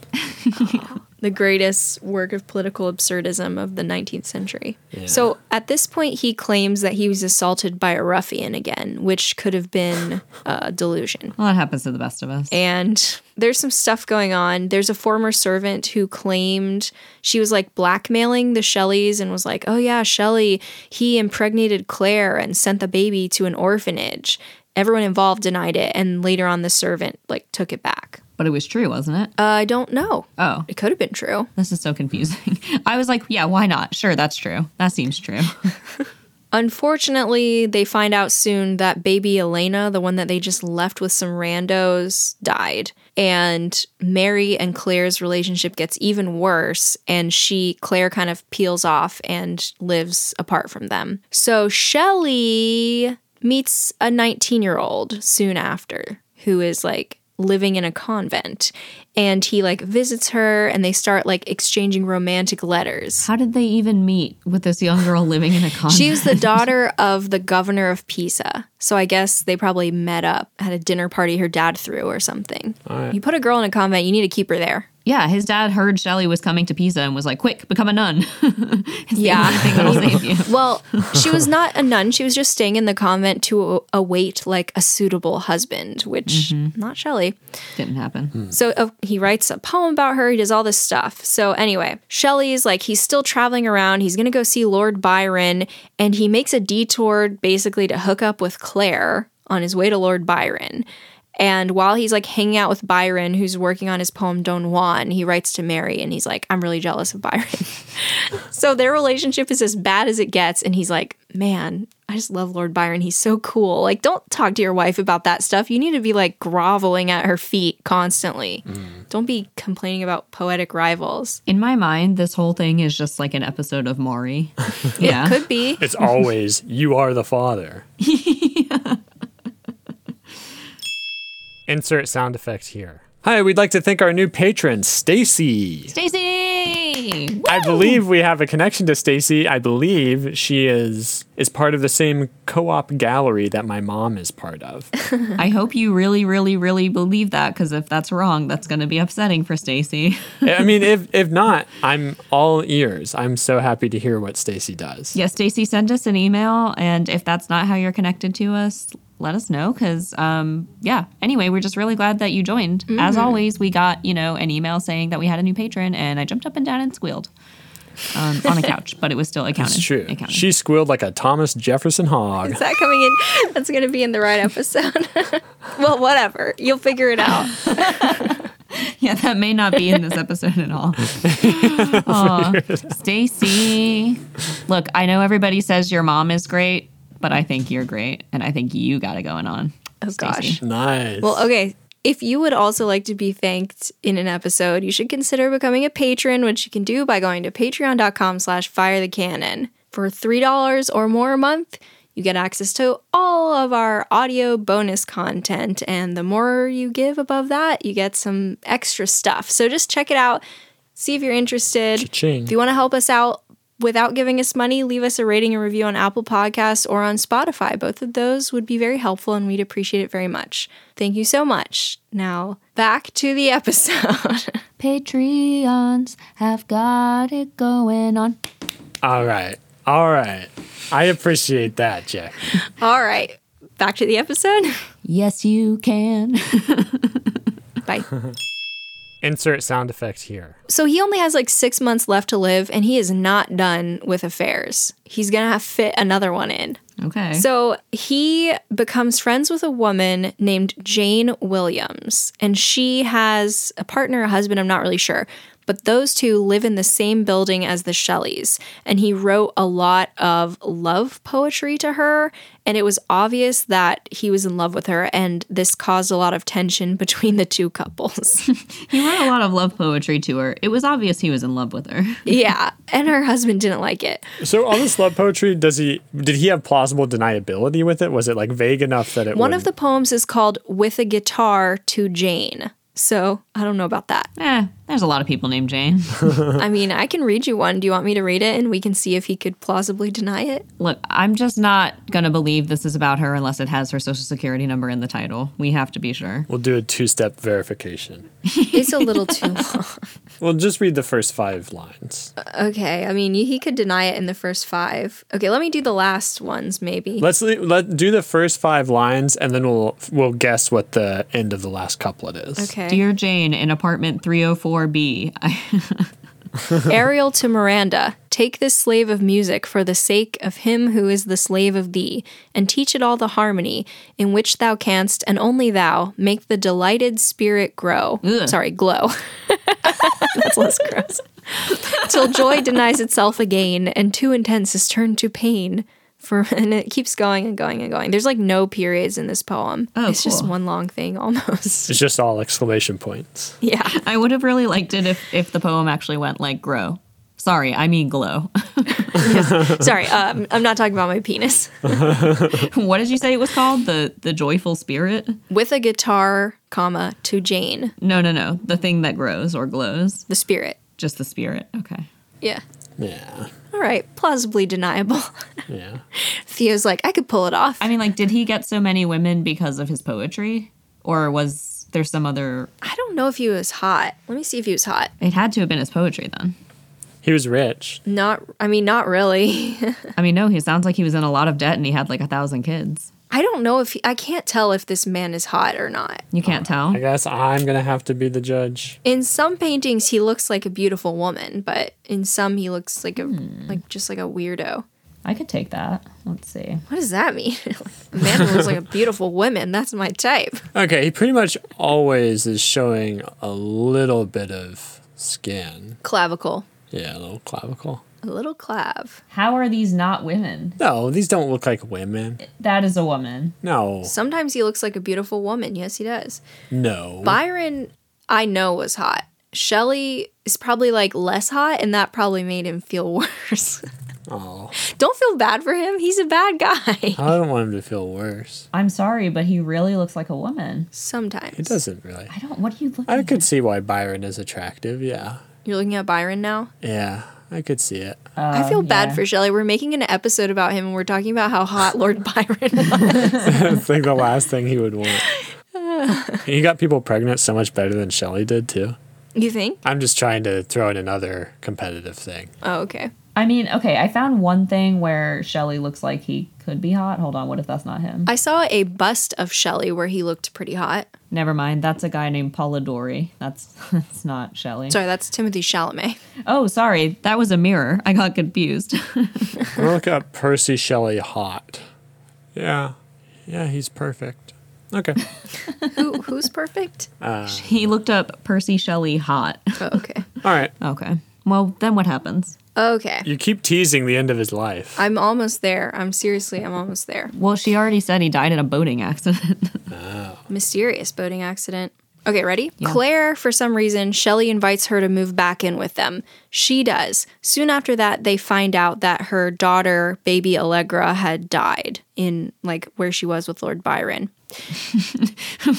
S3: the greatest work of political absurdism of the 19th century. So at this point, he claims that he was assaulted by a ruffian again, which could have been a delusion.
S4: well that happens to the best of us
S3: And there's some stuff going on. There's a former servant who claimed she was like blackmailing the Shelleys and was like, oh yeah, Shelley, he impregnated Claire and sent the baby to an orphanage. Everyone involved denied it. And later on, the servant like took it back.
S4: But it was true, wasn't it?
S3: Uh, I don't know.
S4: Oh.
S3: It could have been true.
S4: This is so confusing. I was like, yeah, why not? Sure, that's true. That seems true.
S3: Unfortunately, they find out soon that baby Elena, the one that they just left with some randos, died. And Mary and Claire's relationship gets even worse, and she, Claire, kind of peels off and lives apart from them. So Shelley meets a 19 year old soon after who is like living in a convent. And he like visits her, and they start like exchanging romantic letters.
S4: How did they even meet with this young girl living in a convent?
S3: She was the daughter of the governor of Pisa. So I guess they probably met up at a dinner party her dad threw or something. You put a girl in a convent, you need to keep her there.
S4: yeah, his dad heard Shelley was coming to Pisa and was like, quick, become a nun.
S3: Yeah.
S4: Think that'll save you.
S3: well, she was not a nun. She was just staying in the convent to a- await like a suitable husband, which not Shelley.
S4: Didn't happen.
S3: So uh, he writes a poem about her. He does all this stuff. So anyway, Shelley's like he's still traveling around. He's gonna go see Lord Byron, and he makes a detour basically to hook up with Claire on his way to Lord Byron. And while he's like hanging out with Byron, who's working on his poem Don Juan, he writes to Mary and he's like, I'm really jealous of Byron. so their relationship is as bad as it gets. And he's like, Man, I just love Lord Byron. He's so cool. Like, don't talk to your wife about that stuff. You need to be like groveling at her feet constantly. Don't be complaining about poetic rivals.
S4: In my mind, this whole thing is just like an episode of Maury. yeah.
S3: Could be.
S1: It's always you are the father.
S5: Insert sound effect here.
S1: Hi, we'd like to thank our new patron, Stacy.
S4: Stacy!
S1: I believe we have a connection to Stacy. I believe she is is part of the same co-op gallery that my mom is part of.
S4: I hope you really, really, really believe that because if that's wrong, that's going to be upsetting for Stacy.
S1: I mean, if if not, I'm all ears. I'm so happy to hear what Stacy does.
S4: yeah, Stacy, send us an email. And if that's not how you're connected to us, let us know because, um, yeah. Anyway, we're just really glad that you joined. As
S1: Mm-hmm.
S4: always, we got, you know, an email saying that we had a new patron and I jumped up and down and squealed um, on a couch, but it was still accounted.
S1: It's true.
S4: Accounted.
S1: She squealed like a Thomas Jefferson hog.
S3: Is that coming in? That's going to be in the right episode. well, whatever. You'll figure it out.
S4: Yeah, that may not be in this episode at all. Aw, Stacy. Look, I know everybody says your mom is great, but I think you're great, and I think you got it going on.
S3: Oh, gosh.
S1: Nice.
S3: Well, okay. If you would also like to be thanked in an episode, you should consider becoming a patron, which you can do by going to patreon.com slash fire the cannon. For $3 or more a month, you get access to all of our audio bonus content. And the more you give above that, you get some extra stuff. So just check it out. See if you're interested.
S1: Cha-ching.
S3: If you want to help us out without giving us money, leave us a rating and review on Apple Podcasts or on Spotify. Both of those would be very helpful and we'd appreciate it very much. Thank you so much. Now, back to the episode.
S4: Patreons have got it going on.
S1: all right. All right. I appreciate that, Jack.
S3: All right, back to the episode.
S4: Yes, you can.
S3: Bye.
S5: Insert sound effect here.
S3: So he only has like six months left to live and he is not done with affairs. He's going to have fit another one in.
S4: Okay.
S3: So he becomes friends with a woman named Jane Williams, and she has a partner, a husband, I'm not really sure. But those two live in the same building as the Shelleys. And he wrote a lot of love poetry to her. And it was obvious that he was in love with her. And this caused a lot of tension between the two couples.
S4: he wrote a lot of love poetry to her. It was obvious he was in love with her.
S3: yeah. And her husband didn't like it.
S1: So all this love poetry, does he did he have plausible deniability with it? Was it like vague enough that it
S3: One
S1: would-
S3: of the poems is called With a Guitar to Jane. So I don't know about that.
S4: Eh, there's a lot of people named Jane.
S3: I mean, I can read you one. Do you want me to read it and we can see if he could plausibly deny it?
S4: Look, I'm just not going to believe this is about her unless it has her social security number in the title. We have to be sure.
S1: We'll do a two-step verification.
S3: It's a little too long.
S1: Well, just read the first 5 lines.
S3: Okay, I mean, he could deny it in the first five. Okay, let me do the last ones maybe.
S1: Let's le- let do the first 5 lines and then we'll we'll guess what the end of the last couplet is.
S3: Okay.
S4: Dear Jane, in apartment 304B. I-
S3: Ariel to Miranda, take this slave of music for the sake of him who is the slave of thee, and teach it all the harmony in which thou canst, and only thou, make the delighted spirit grow. Sorry, glow. That's less gross. Till joy denies itself again, and too intense is turned to pain. For and it keeps going and going and going. There's like no periods in this poem.
S4: Oh,
S3: it's just
S4: cool.
S3: one long thing almost.
S1: It's just all exclamation points.
S3: yeah.
S4: I would have really liked it if, if the poem actually went like grow. Sorry, I mean glow.
S3: Sorry, um, I'm not talking about my penis.
S4: what did you say it was called? The the joyful spirit?
S3: With a guitar, comma, to Jane,
S4: No, no, no. The thing that grows or glows.
S3: the spirit.
S4: Just the spirit. Okay.
S3: Yeah.
S1: Yeah.
S3: All right. Plausibly deniable.
S1: Yeah.
S3: Theo's like, I could pull it off.
S4: I mean, like, did he get so many women because of his poetry? Or was there some other
S3: I don't know if he was hot. Let me see if he was hot.
S4: it had to have been his poetry then.
S1: He was rich.
S3: Not, I mean, not really.
S4: I mean, no, he sounds like he was in a lot of debt and he had like a thousand kids.
S3: I don't know if, he, I can't tell if this man is hot or not.
S4: You can't tell.
S5: I guess I'm gonna have to be the judge.
S3: In some paintings, he looks like a beautiful woman, but in some, he looks like a,
S4: Hmm.
S3: like just like a weirdo.
S4: I could take that. Let's see.
S3: What does that mean? a man who looks like a beautiful woman. That's my type.
S1: Okay, he pretty much always is showing a little bit of skin.
S3: Clavicle.
S1: Yeah, a little clavicle.
S3: A little clav.
S4: How are these not women?
S1: No, these don't look like women.
S4: That is a woman.
S1: No.
S3: Sometimes he looks like a beautiful woman. Yes, he does.
S1: No.
S3: Byron, I know, was hot. Shelley is probably like less hot, and that probably made him feel worse.
S1: Oh,
S3: Don't feel bad for him. He's a bad guy.
S1: I don't want him to feel worse.
S4: I'm sorry, but he really looks like a woman.
S3: Sometimes.
S1: It doesn't really.
S4: I don't. What are you looking?
S1: I could see why Byron is attractive. Yeah.
S3: You're looking at Byron now?
S1: Yeah. I could see it.
S3: I feel bad
S4: yeah.
S3: for Shelley. We're making an episode about him, and we're talking about how hot Lord Byron was.
S1: It's like the last thing he would want. he got people pregnant so much better than Shelley did, too.
S3: You think?
S1: I'm just trying to throw in another competitive thing.
S3: Oh, okay.
S4: I mean, okay. I found one thing where Shelley looks like he could be hot. Hold on. What if that's not him?
S3: I saw a bust of Shelley where he looked pretty hot.
S4: Never mind. That's a guy named Polidori. That's that's not Shelley.
S3: Sorry, that's Timothy Chalamet.
S4: Oh, sorry. That was a mirror. I got confused.
S1: I'm gonna look up Percy Shelley hot. Yeah. Yeah, he's perfect. Okay.
S3: Who, who's perfect?
S4: he looked up Percy Shelley hot.
S3: Oh, okay.
S1: All right.
S4: Okay. Well, then what happens?
S3: Okay.
S1: You keep teasing the end of his life.
S3: I'm almost there. I'm seriously, I'm almost there.
S4: Well, she already said he died in a boating accident.
S3: Mysterious boating accident. Okay, ready? Claire, for some reason, Shelly invites her to move back in with them. She does. Soon after that, they find out that her daughter, baby Allegra, had died in like where she was with Lord Byron.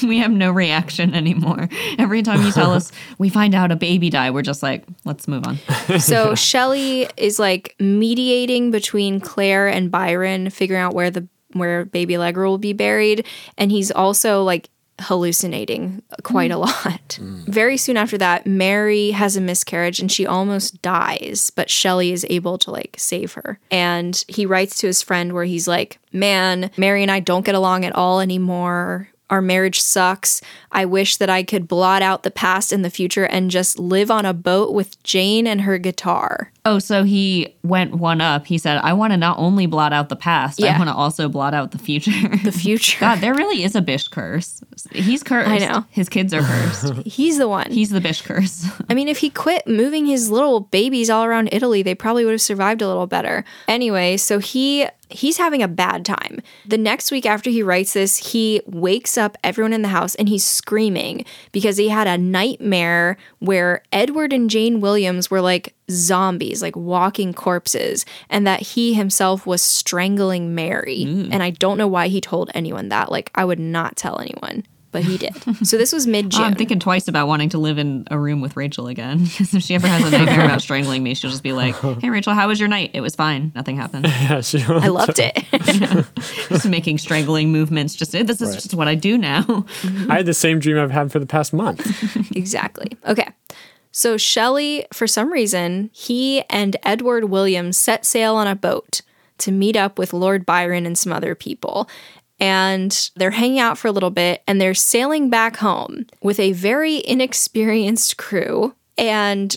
S4: we have no reaction anymore. Every time you tell us we find out a baby died, we're just like, let's move on.
S3: So Shelley is like mediating between Claire and Byron, figuring out where the where baby Allegra will be buried, and he's also like hallucinating quite a lot. Very soon after that, Mary has a miscarriage and she almost dies, but Shelley is able to like save her. And he writes to his friend where he's like, "Man, Mary and I don't get along at all anymore." Our marriage sucks. I wish that I could blot out the past and the future and just live on a boat with Jane and her guitar.
S4: Oh, so he went one up. He said, I want to not only blot out the past,
S3: Yeah.
S4: I want to also blot out the future.
S3: The future.
S4: God, there really is a bish curse. He's cursed.
S3: I know.
S4: His kids are cursed.
S3: He's the one.
S4: He's the bish curse.
S3: I mean, if he quit moving his little babies all around Italy, they probably would have survived a little better. Anyway, so he he's having a bad time. The next week after he writes this, he wakes up everyone in the house and he's screaming because he had a nightmare where Edward and Jane Williams were like zombies, like walking corpses, and that he himself was strangling Mary. And I don't know why he told anyone that. Like I would not tell anyone. But he did. So this was mid June.
S4: Oh, I'm thinking twice about wanting to live in a room with Rachel again. Because if she ever has a nightmare about strangling me, she'll just be like, Hey, Rachel, how was your night? It was fine. Nothing happened.
S1: Yeah, she-
S3: I loved it.
S4: just making strangling movements. Just, "Eh, this is just what I do now.
S1: I had the same dream I've had for the past month.
S3: Exactly. Okay. So Shelley, for some reason, he and Edward Williams set sail on a boat to meet up with Lord Byron and some other people. And they're hanging out for a little bit and they're sailing back home with a very inexperienced crew. And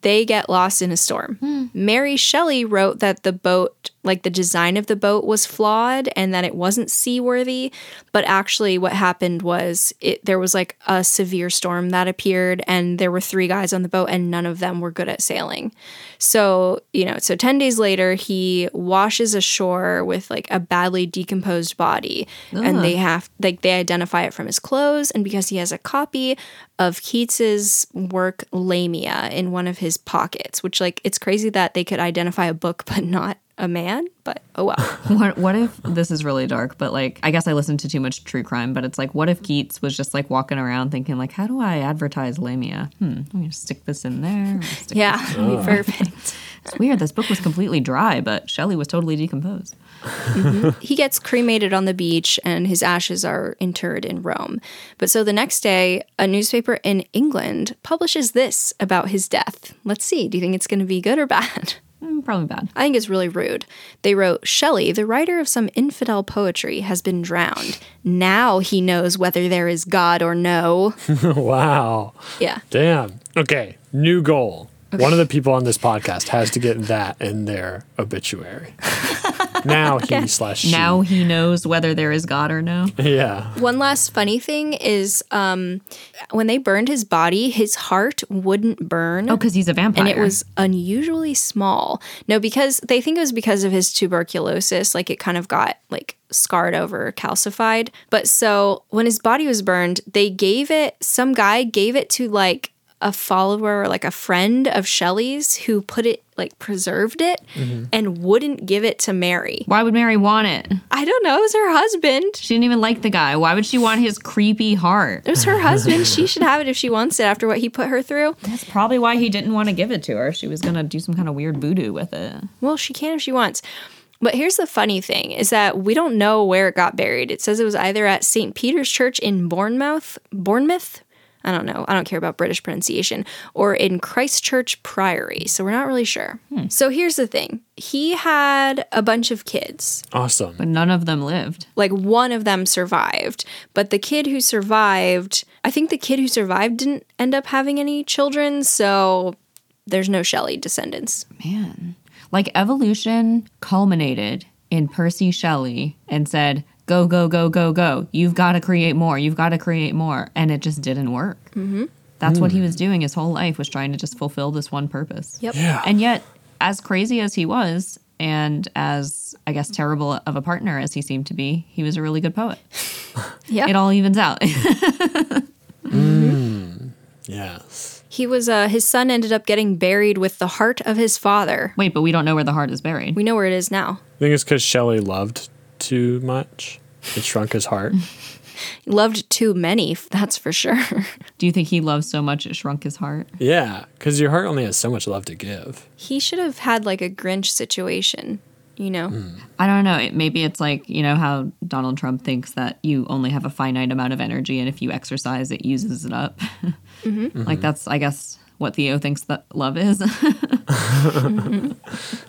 S3: They get lost in a storm. Mary Shelley wrote that the boat, like the design of the boat, was flawed and that it wasn't seaworthy. But actually, what happened was it there was like a severe storm that appeared, and there were three guys on the boat, and none of them were good at sailing. So, you know, so 10 days later, he washes ashore with like a badly decomposed body. And they have, like, they identify it from his clothes. And because he has a copy of Keats's work, Lamia, in one of his pockets, which, like, it's crazy that they could identify a book but not a man. But oh well.
S4: What what if this is really dark, but like I guess I listened to too much true crime, but it's like what if Keats was just like walking around thinking like how do I advertise Lamia? Hmm, I'm gonna stick this in there. I'm gonna stick-
S3: yeah. Perfect.
S4: It's weird. This book was completely dry, but Shelley was totally decomposed.
S3: he gets cremated on the beach and his ashes are interred in Rome. But so the next day, a newspaper in England publishes this about his death. Let's see. Do you think it's going to be good or bad?
S4: Hmm, probably bad.
S3: I think it's really rude. They wrote, Shelley, the writer of some infidel poetry, has been drowned. Now he knows whether there is God or no.
S1: Wow.
S3: Yeah.
S1: Damn. Okay. New goal. One of the people on this podcast has to get that in their obituary. now he slash she.
S4: Now he knows whether there is God or no.
S1: Yeah.
S3: One last funny thing is um, when they burned his body, his heart wouldn't burn.
S4: Oh, because he's a vampire.
S3: and it was unusually small. No, because they think it was because of his tuberculosis, like it kind of got like scarred over, calcified. But so when his body was burned, they gave it some guy gave it to like a follower or like a friend of Shelley's who put it like preserved it and wouldn't give it to Mary.
S4: Why would Mary want it?
S3: I don't know, it was her husband.
S4: She didn't even like the guy. Why would she want his creepy heart?
S3: It was her husband. she should have it if she wants it after what he put her through.
S4: That's probably why he didn't want to give it to her. She was gonna do some kind of weird voodoo with it.
S3: Well, she can if she wants. But here's the funny thing is that we don't know where it got buried. It says it was either at St. Peter's Church in Bournemouth, Bournemouth. I don't know. I don't care about British pronunciation or in Christchurch Priory. So we're not really sure. So here's the thing. He had a bunch of kids
S1: Awesome.
S4: But none of them lived.
S3: like one of them survived but the kid who survived i think the kid who survived didn't end up having any children so there's no shelley descendants
S4: Man. Like evolution culminated in Percy Shelley and said, Go, go, go, go, go. You've got to create more. You've got to create more. And it just didn't work. Mm-hmm. That's what he was doing his whole life, was trying to just fulfill this one purpose.
S3: Yep.
S1: Yeah.
S4: And yet, as crazy as he was, and as I guess terrible of a partner as he seemed to be, he was a really good poet.
S3: yeah
S4: It all evens out.
S1: Yes.
S3: he was uh, his son ended up getting buried with the heart of his father
S4: Wait, but we don't know where the heart is buried.
S3: we know where it is now
S1: I think it's because Shelley loved too much. It shrunk his heart.
S3: He loved too many f- that's for sure
S4: Do you think he loved so much it shrunk his heart?
S1: yeah. Because your heart only has so much love to give.
S3: he should have had like a grinch situation you know
S4: I don't know. It, maybe it's like, you know, how Donald Trump thinks that you only have a finite amount of energy and if you exercise, it uses it up. Like, that's, I guess, what Theo thinks that love is.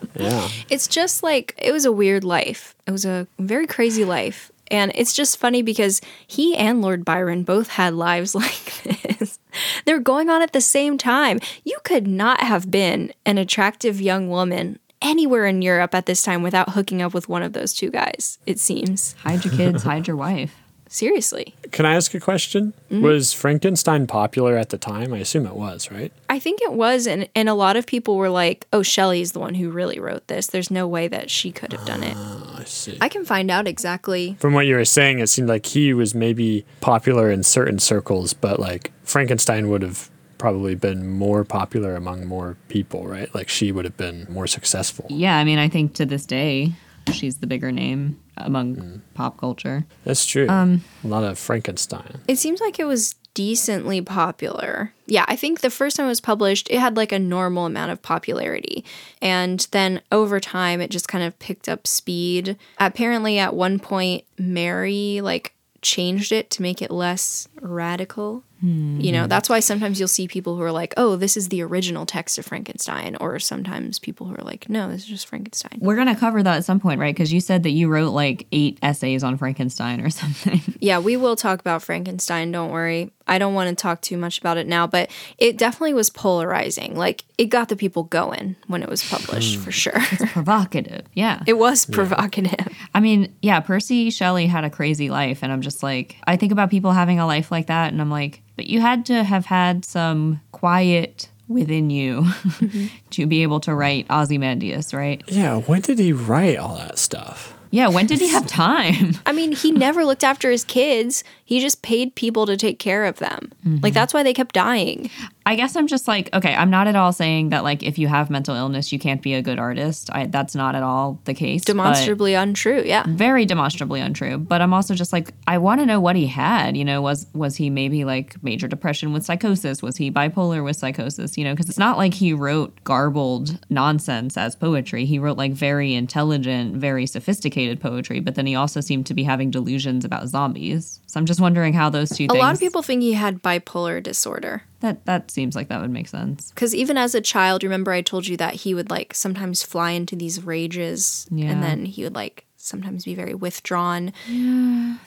S1: Yeah.
S3: it's just like it was a weird life. It was a very crazy life. And it's just funny because he and Lord Byron both had lives like this. They're going on at the same time. You could not have been an attractive young woman anywhere in Europe at this time without hooking up with one of those two guys, it seems.
S4: hide your kids, hide your wife.
S3: Seriously.
S1: Can I ask a question? Was Frankenstein popular at the time? I assume it was, right?
S3: I think it was and and a lot of people were like, "Oh, Shelley's the one who really wrote this. There's no way that she could have done it."
S1: I see.
S3: I can find out exactly.
S1: From what you were saying, it seemed like he was maybe popular in certain circles, but like Frankenstein would have probably been more popular among more people, right? Like she would have been more successful.
S4: Yeah, I mean, I think to this day, she's the bigger name among pop culture.
S1: That's true. a lot of Frankenstein.
S3: It seems like it was decently popular. Yeah, I think the first time it was published, it had like a normal amount of popularity. And then over time, it just kind of picked up speed. Apparently, at one point, Mary like changed it to make it less radical. You know, that's why sometimes you'll see people who are like, "Oh, this is the original text of Frankenstein," or sometimes people who are like, "No, this is just Frankenstein."
S4: We're going to cover that at some point, right? Because you said that you wrote like eight essays on Frankenstein or something.
S3: Yeah, we will talk about Frankenstein, don't worry. I don't want to talk too much about it now, but it definitely was polarizing. Like it got the people going when it was published, for sure.
S4: Provocative. Mm. Yeah.
S3: It was provocative.
S4: I mean, yeah, Percy Shelley had a crazy life. And I'm just like, I think about people having a life like that. And I'm like, but you had to have had some quiet within you
S3: Mm-hmm.
S4: to be able to write Ozymandias, right?
S1: Yeah, when did he write all that stuff?
S4: Yeah. When did he have time?
S3: I mean, he never looked after his kids. He just paid people to take care of them. Like
S4: Mm-hmm.
S3: that's why they kept dying.
S4: I guess I'm just like, okay, I'm not at all saying that like if you have mental illness, you can't be a good artist. I, that's not at all the case. but-
S3: Demonstrably untrue. Yeah.
S4: very demonstrably untrue but i'm also just like i want to know what he had you know was was he maybe like major depression with psychosis was he bipolar with psychosis you know because it's not like he wrote garbled nonsense as poetry he wrote like very intelligent very sophisticated poetry but then he also seemed to be having delusions about zombies so i'm just wondering how those two
S3: A
S4: things
S3: lot of people think he had bipolar disorder.
S4: that that seems like that would make sense
S3: Because even as a child, remember I told you that he would like sometimes fly into these rages
S4: Yeah.
S3: and then he would like sometimes be very withdrawn.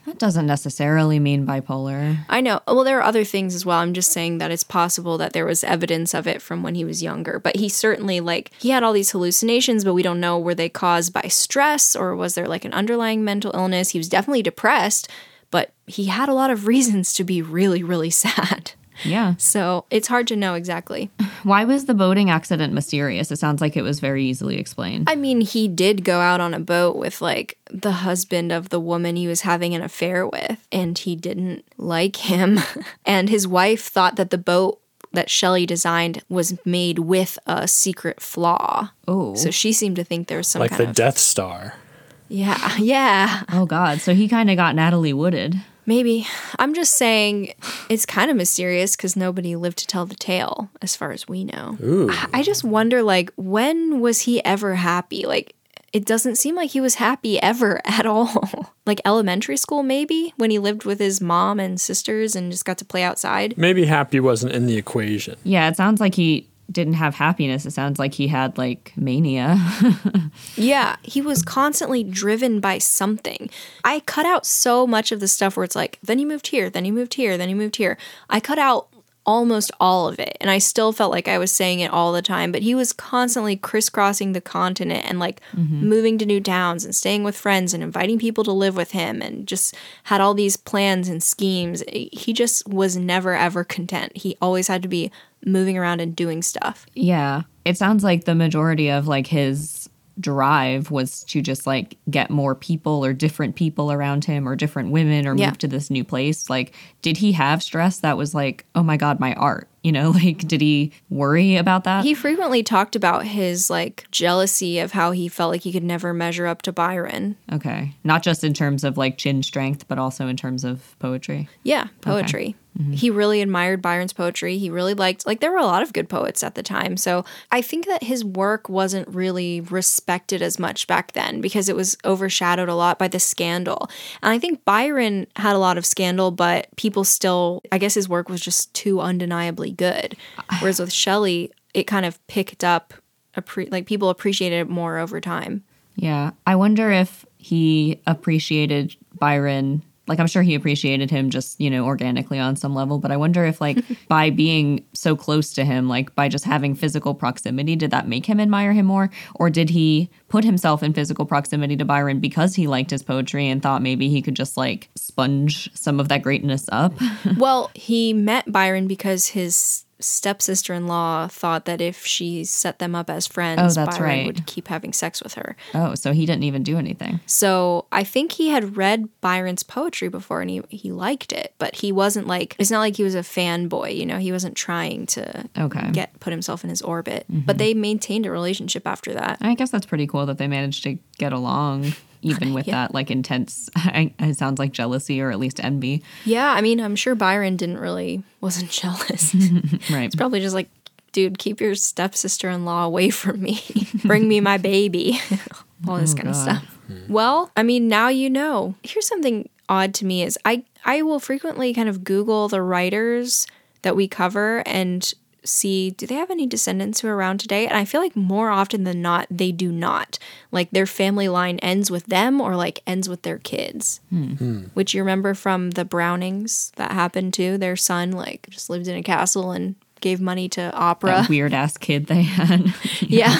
S4: that doesn't necessarily mean bipolar
S3: I know. Well, there are other things as well. I'm just saying that it's possible that there was evidence of it from when he was younger. But he certainly, like, he had all these hallucinations, but we don't know were they caused by stress or was there like an underlying mental illness? He was definitely depressed, but he had a lot of reasons to be really, really sad.
S4: yeah
S3: So it's hard to know exactly.
S4: why was the boating accident mysterious it sounds like it was very easily explained
S3: I mean, he did go out on a boat with like the husband of the woman he was having an affair with, and he didn't like him. and his wife thought that the boat that Shelley designed was made with a secret flaw.
S4: Oh.
S3: So she seemed to think there was some
S1: Like
S3: kind
S1: the
S3: of
S1: Death Star.
S3: Yeah, yeah.
S4: Oh God! So he kind of got Natalie Wooded.
S3: Maybe. I'm just saying it's kind of mysterious because nobody lived to tell the tale, as far as we know. I- I just wonder, like, when was he ever happy? Like, it doesn't seem like he was happy ever at all. like, elementary school, maybe, when he lived with his mom and sisters and just got to play outside.
S1: Maybe happy wasn't in the equation.
S4: Yeah, it sounds like he didn't have happiness. It sounds like he had like mania.
S3: Yeah, he was constantly driven by something. I cut out so much of the stuff where it's like, then he moved here, then he moved here, then he moved here. I cut out almost all of it, and I still felt like I was saying it all the time, but he was constantly crisscrossing the continent and like moving to new towns and staying with friends and inviting people to live with him and just had all these plans and schemes. He just was never ever content. He always had to be moving around and doing stuff.
S4: yeah, it sounds like the majority of like his drive was to just like get more people or different people around him or different women or
S3: Yeah.
S4: move to this new place. Like, did he have stress that was like, oh my God, my art? You know, like, did he worry about that?
S3: He frequently talked about his like jealousy of how he felt like he could never measure up to Byron.
S4: okay, not just in terms of like chin strength, but also in terms of poetry.
S3: Yeah, poetry. He really admired Byron's poetry. He really liked like there were a lot of good poets at the time. So I think that his work wasn't really respected as much back then because it was overshadowed a lot by the scandal. And I think Byron had a lot of scandal, but people still I guess his work was just too undeniably good. Whereas with Shelley, it kind of picked up appre- like people appreciated it more over time.
S4: Yeah. I wonder if he appreciated Byron. Like, I'm sure he appreciated him just, you know, organically on some level. But I wonder if, like, by being so close to him, like, by just having physical proximity, did that make him admire him more? Or did he put himself in physical proximity to Byron because he liked his poetry and thought maybe he could just, like, sponge some of that greatness up?
S3: Well, he met Byron because his stepsister in law thought that if she set them up as friends,
S4: Oh, that's
S3: Byron
S4: right.
S3: would keep having sex with her.
S4: oh, so he didn't even do anything.
S3: So I think he had read Byron's poetry before and he, he liked it, but he wasn't like, it's not like he was a fanboy, you know, he wasn't trying to
S4: Okay.
S3: get put himself in his orbit.
S4: Mm-hmm.
S3: But they maintained a relationship after that.
S4: I guess that's pretty cool that they managed to get along, even with that like intense. It sounds like jealousy or at least envy,
S3: Yeah, I mean, I'm sure Byron didn't really, wasn't jealous.
S4: right?
S3: Probably just like, dude, keep your stepsister in law away from me. Bring me my baby. All this kind of stuff. Well, I mean, now you know. Here's something odd to me is I I will frequently kind of Google the writers that we cover and see do they have any descendants who are around today and i feel like more often than not they do not like their family line ends with them or like ends with their kids which you remember from the brownings that happened to their son like just lived in a castle and gave money to opera
S4: Weird ass kid they had.
S3: yeah.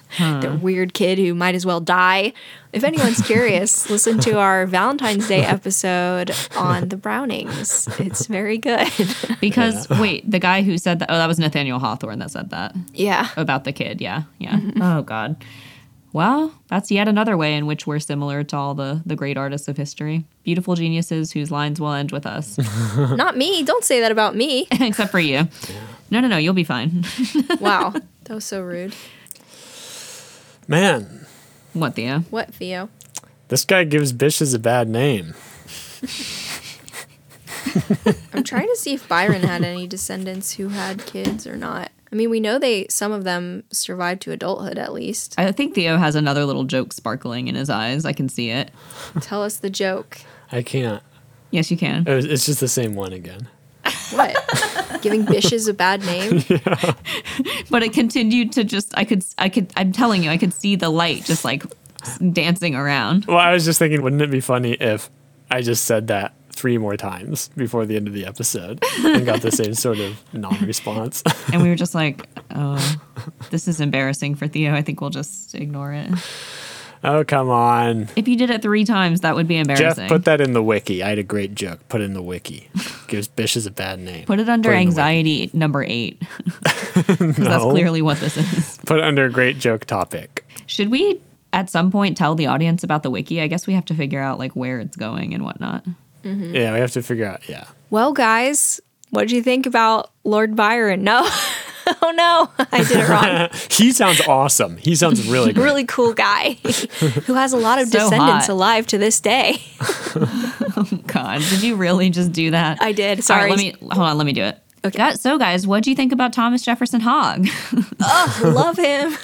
S3: the weird kid who might as well die. If anyone's curious, listen to our Valentine's Day episode on the Brownings. It's very good.
S4: Because wait, the guy who said that oh that was Nathaniel Hawthorne that said that.
S3: yeah.
S4: About the kid, yeah. Yeah. Oh god. Well, that's yet another way in which we're similar to all the the great artists of history. Beautiful geniuses whose lines will end with us.
S3: Not me. Don't say that about me.
S4: Except for you. No, no, no, you'll be fine.
S3: Wow. That was so rude.
S1: Man,
S4: what, Theo?
S3: What, Theo?
S1: this guy gives Bishes a bad name.
S3: I'm trying to see if Byron had any descendants who had kids or not. I mean, we know they some of them survived to adulthood at least.
S4: I think Theo has another little joke sparkling in his eyes. I can see it.
S3: Tell us the joke.
S1: I can't.
S4: Yes, you can.
S1: It was- It's just the same one again.
S3: What? Giving Bishes a bad name?
S4: But it continued to just I could I could I'm telling you, I could see the light just like s- dancing around.
S1: Well, I was just thinking, wouldn't it be funny if I just said that three more times before the end of the episode and got the same sort of non-response?
S4: And we were just like, oh, this is embarrassing for Theo. I think we'll just ignore it.
S1: oh, come on.
S4: If you did it three times, that would be
S1: Jeff,
S4: embarrassing.
S1: put that in the wiki. I had a great joke. Put it in the wiki. Gives Bishes a bad name.
S4: Put it under
S1: Put it in the
S4: anxiety number eight. 'Cause that's
S1: No.
S4: clearly what this is.
S1: Put it under a great joke topic.
S4: Should we at some point tell the audience about the wiki? I guess we have to figure out like where it's going and whatnot. Hmm.
S1: Yeah, we have to figure out. Yeah.
S3: Well, guys, what did you think about Lord Byron? No. oh, no. I did it wrong.
S1: He sounds awesome. He sounds really great.
S3: really cool guy who has a lot of
S4: So
S3: descendants
S4: hot.
S3: alive to this day.
S4: God, did you really just do that?
S3: I did.
S4: All right,
S3: Sorry.
S4: let me hold on. Let me do it. Okay. so, guys, what do you think about Thomas Jefferson Hogg?
S3: Love him.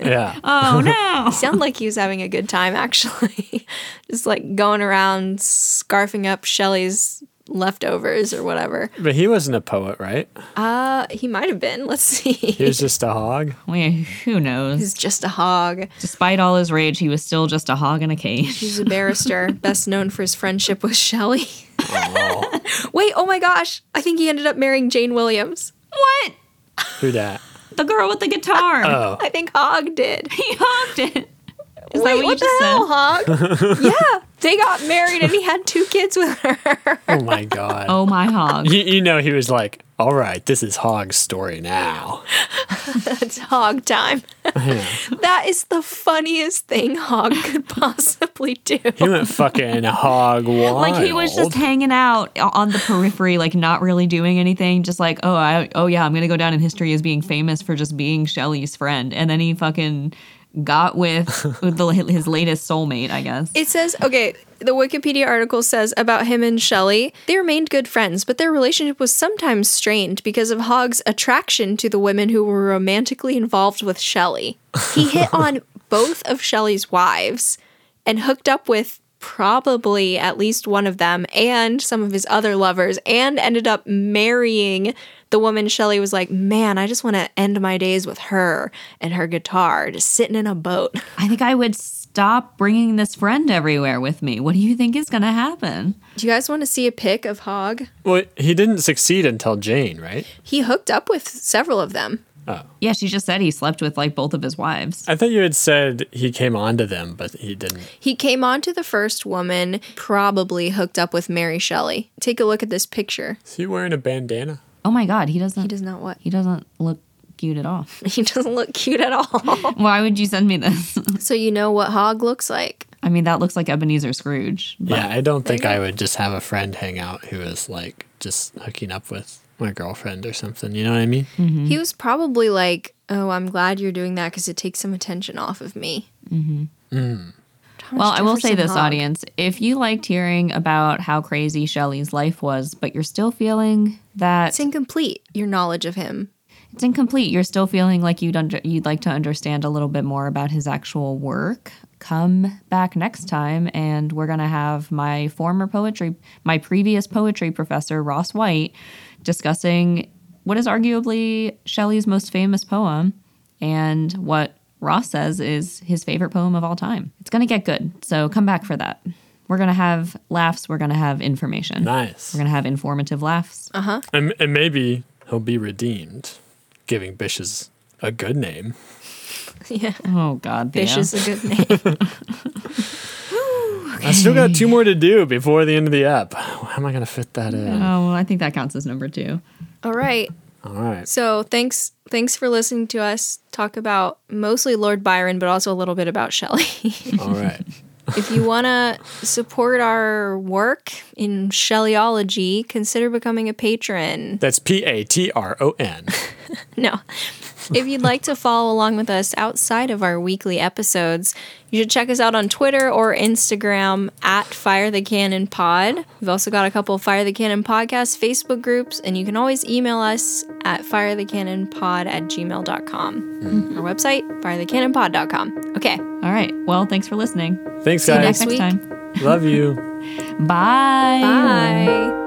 S1: Yeah.
S4: Oh no!
S3: Sound like he was having a good time, actually. Just like going around scarfing up Shelley's leftovers or whatever.
S1: But he wasn't a poet, right?
S3: Uh, he might have been. Let's
S1: He
S3: see.
S1: was just a hog.
S4: Wait, who knows?
S3: He's just a hog.
S4: Despite all his rage, he was still just a hog in a cage.
S3: He's a barrister, best known for his friendship with Shelley. Wait, oh my gosh. I think he ended up marrying Jane Williams.
S4: What?
S1: Who that?
S4: The girl with the guitar.
S1: Oh.
S3: I think Hog did.
S4: He hogged it. Is
S3: Wait, what the hell, Hog? yeah, they got married and he had two kids with her.
S1: Oh my god.
S4: Oh my hog.
S1: You, you know he was like, "All right, this is Hog's story now."
S3: That's Hog time. that is the funniest thing Hog could possibly do.
S1: He went fucking hog wild.
S4: Like he was just hanging out o- on the periphery, like not really doing anything, just like, oh I oh yeah, I'm gonna go down in history as being famous for just being Shelley's friend. And then he fucking got with the, his latest soulmate, I guess.
S3: It says, okay, the Wikipedia article says about him and Shelley, they remained good friends, but their relationship was sometimes strained because of Hogg's attraction to the women who were romantically involved with Shelley. He hit on both of Shelley's wives and hooked up with probably at least one of them and some of his other lovers and ended up marrying the woman Shelley was like, "Man, I just want to end my days with her and her guitar, just sitting in a boat."
S4: I think I would stop bringing this friend everywhere with me. What do you think is gonna happen?
S3: Do you guys want to see a pic of Hog?
S1: Well, he didn't succeed until Jane, right?
S3: He hooked up with several of them.
S4: Yeah, she just said he slept with like both of his wives.
S1: I thought you had said he came onto them, but he didn't.
S3: He came on to the first woman, probably hooked up with Mary Shelley. Take a look at this picture.
S1: Is he wearing a bandana?
S4: Oh my god, he doesn't
S3: He does not what?
S4: he doesn't look cute at all.
S3: He doesn't look cute at all.
S4: Why would you send me this?
S3: so you know what Hog looks like.
S4: I mean, that looks like Ebenezer Scrooge. But
S1: Yeah, I don't think I would just have a friend hang out who is like just hooking up with my girlfriend or something. You know what I mean?
S4: Mm-hmm.
S3: He was probably like, "Oh, I'm glad you're doing that because it takes some attention off of me." Mm-hmm.
S4: Well, I will say this, audience. If you liked hearing about how crazy Shelley's life was, but you're still feeling that
S3: It's incomplete. Your knowledge of him.
S4: it's incomplete, you're still feeling like you'd under, you'd like to understand a little bit more about his actual work. come back next time and we're going to have my former poetry, my previous poetry professor, Ross White, discussing what is arguably Shelley's most famous poem and what Ross says is his favorite poem of all time. It's going to get good. So come back for that. We're going to have laughs. We're going to have information.
S1: Nice.
S4: We're going to have informative laughs.
S1: And, and maybe he'll be redeemed, giving Bishes a good name.
S3: Yeah.
S4: Oh, God.
S3: Bish
S4: Theo.
S3: is a good name.
S1: I still got two more to do before the end of the app. How am I going to fit that in?
S4: Oh, well, I think that counts as number two.
S3: All right.
S1: All right.
S3: So thanks thanks for listening to us talk about mostly Lord Byron, but also a little bit about Shelley.
S1: All right.
S3: if you want to support our work in Shelleyology, consider becoming a patron.
S1: That's P A T R O N.
S3: No. If you'd like to follow along with us outside of our weekly episodes, you should check us out on Twitter or Instagram at Fire the Cannon Pod. We've also got a couple of Fire the Cannon podcast Facebook groups, and you can always email us at firethecannonpod at gmail.com. Our website, firethecannonpod.com. Okay,
S4: All right. Well, thanks for listening.
S1: Thanks,
S3: you
S1: guys.
S3: next week.
S4: time.
S1: Love you.
S4: Bye.
S3: bye.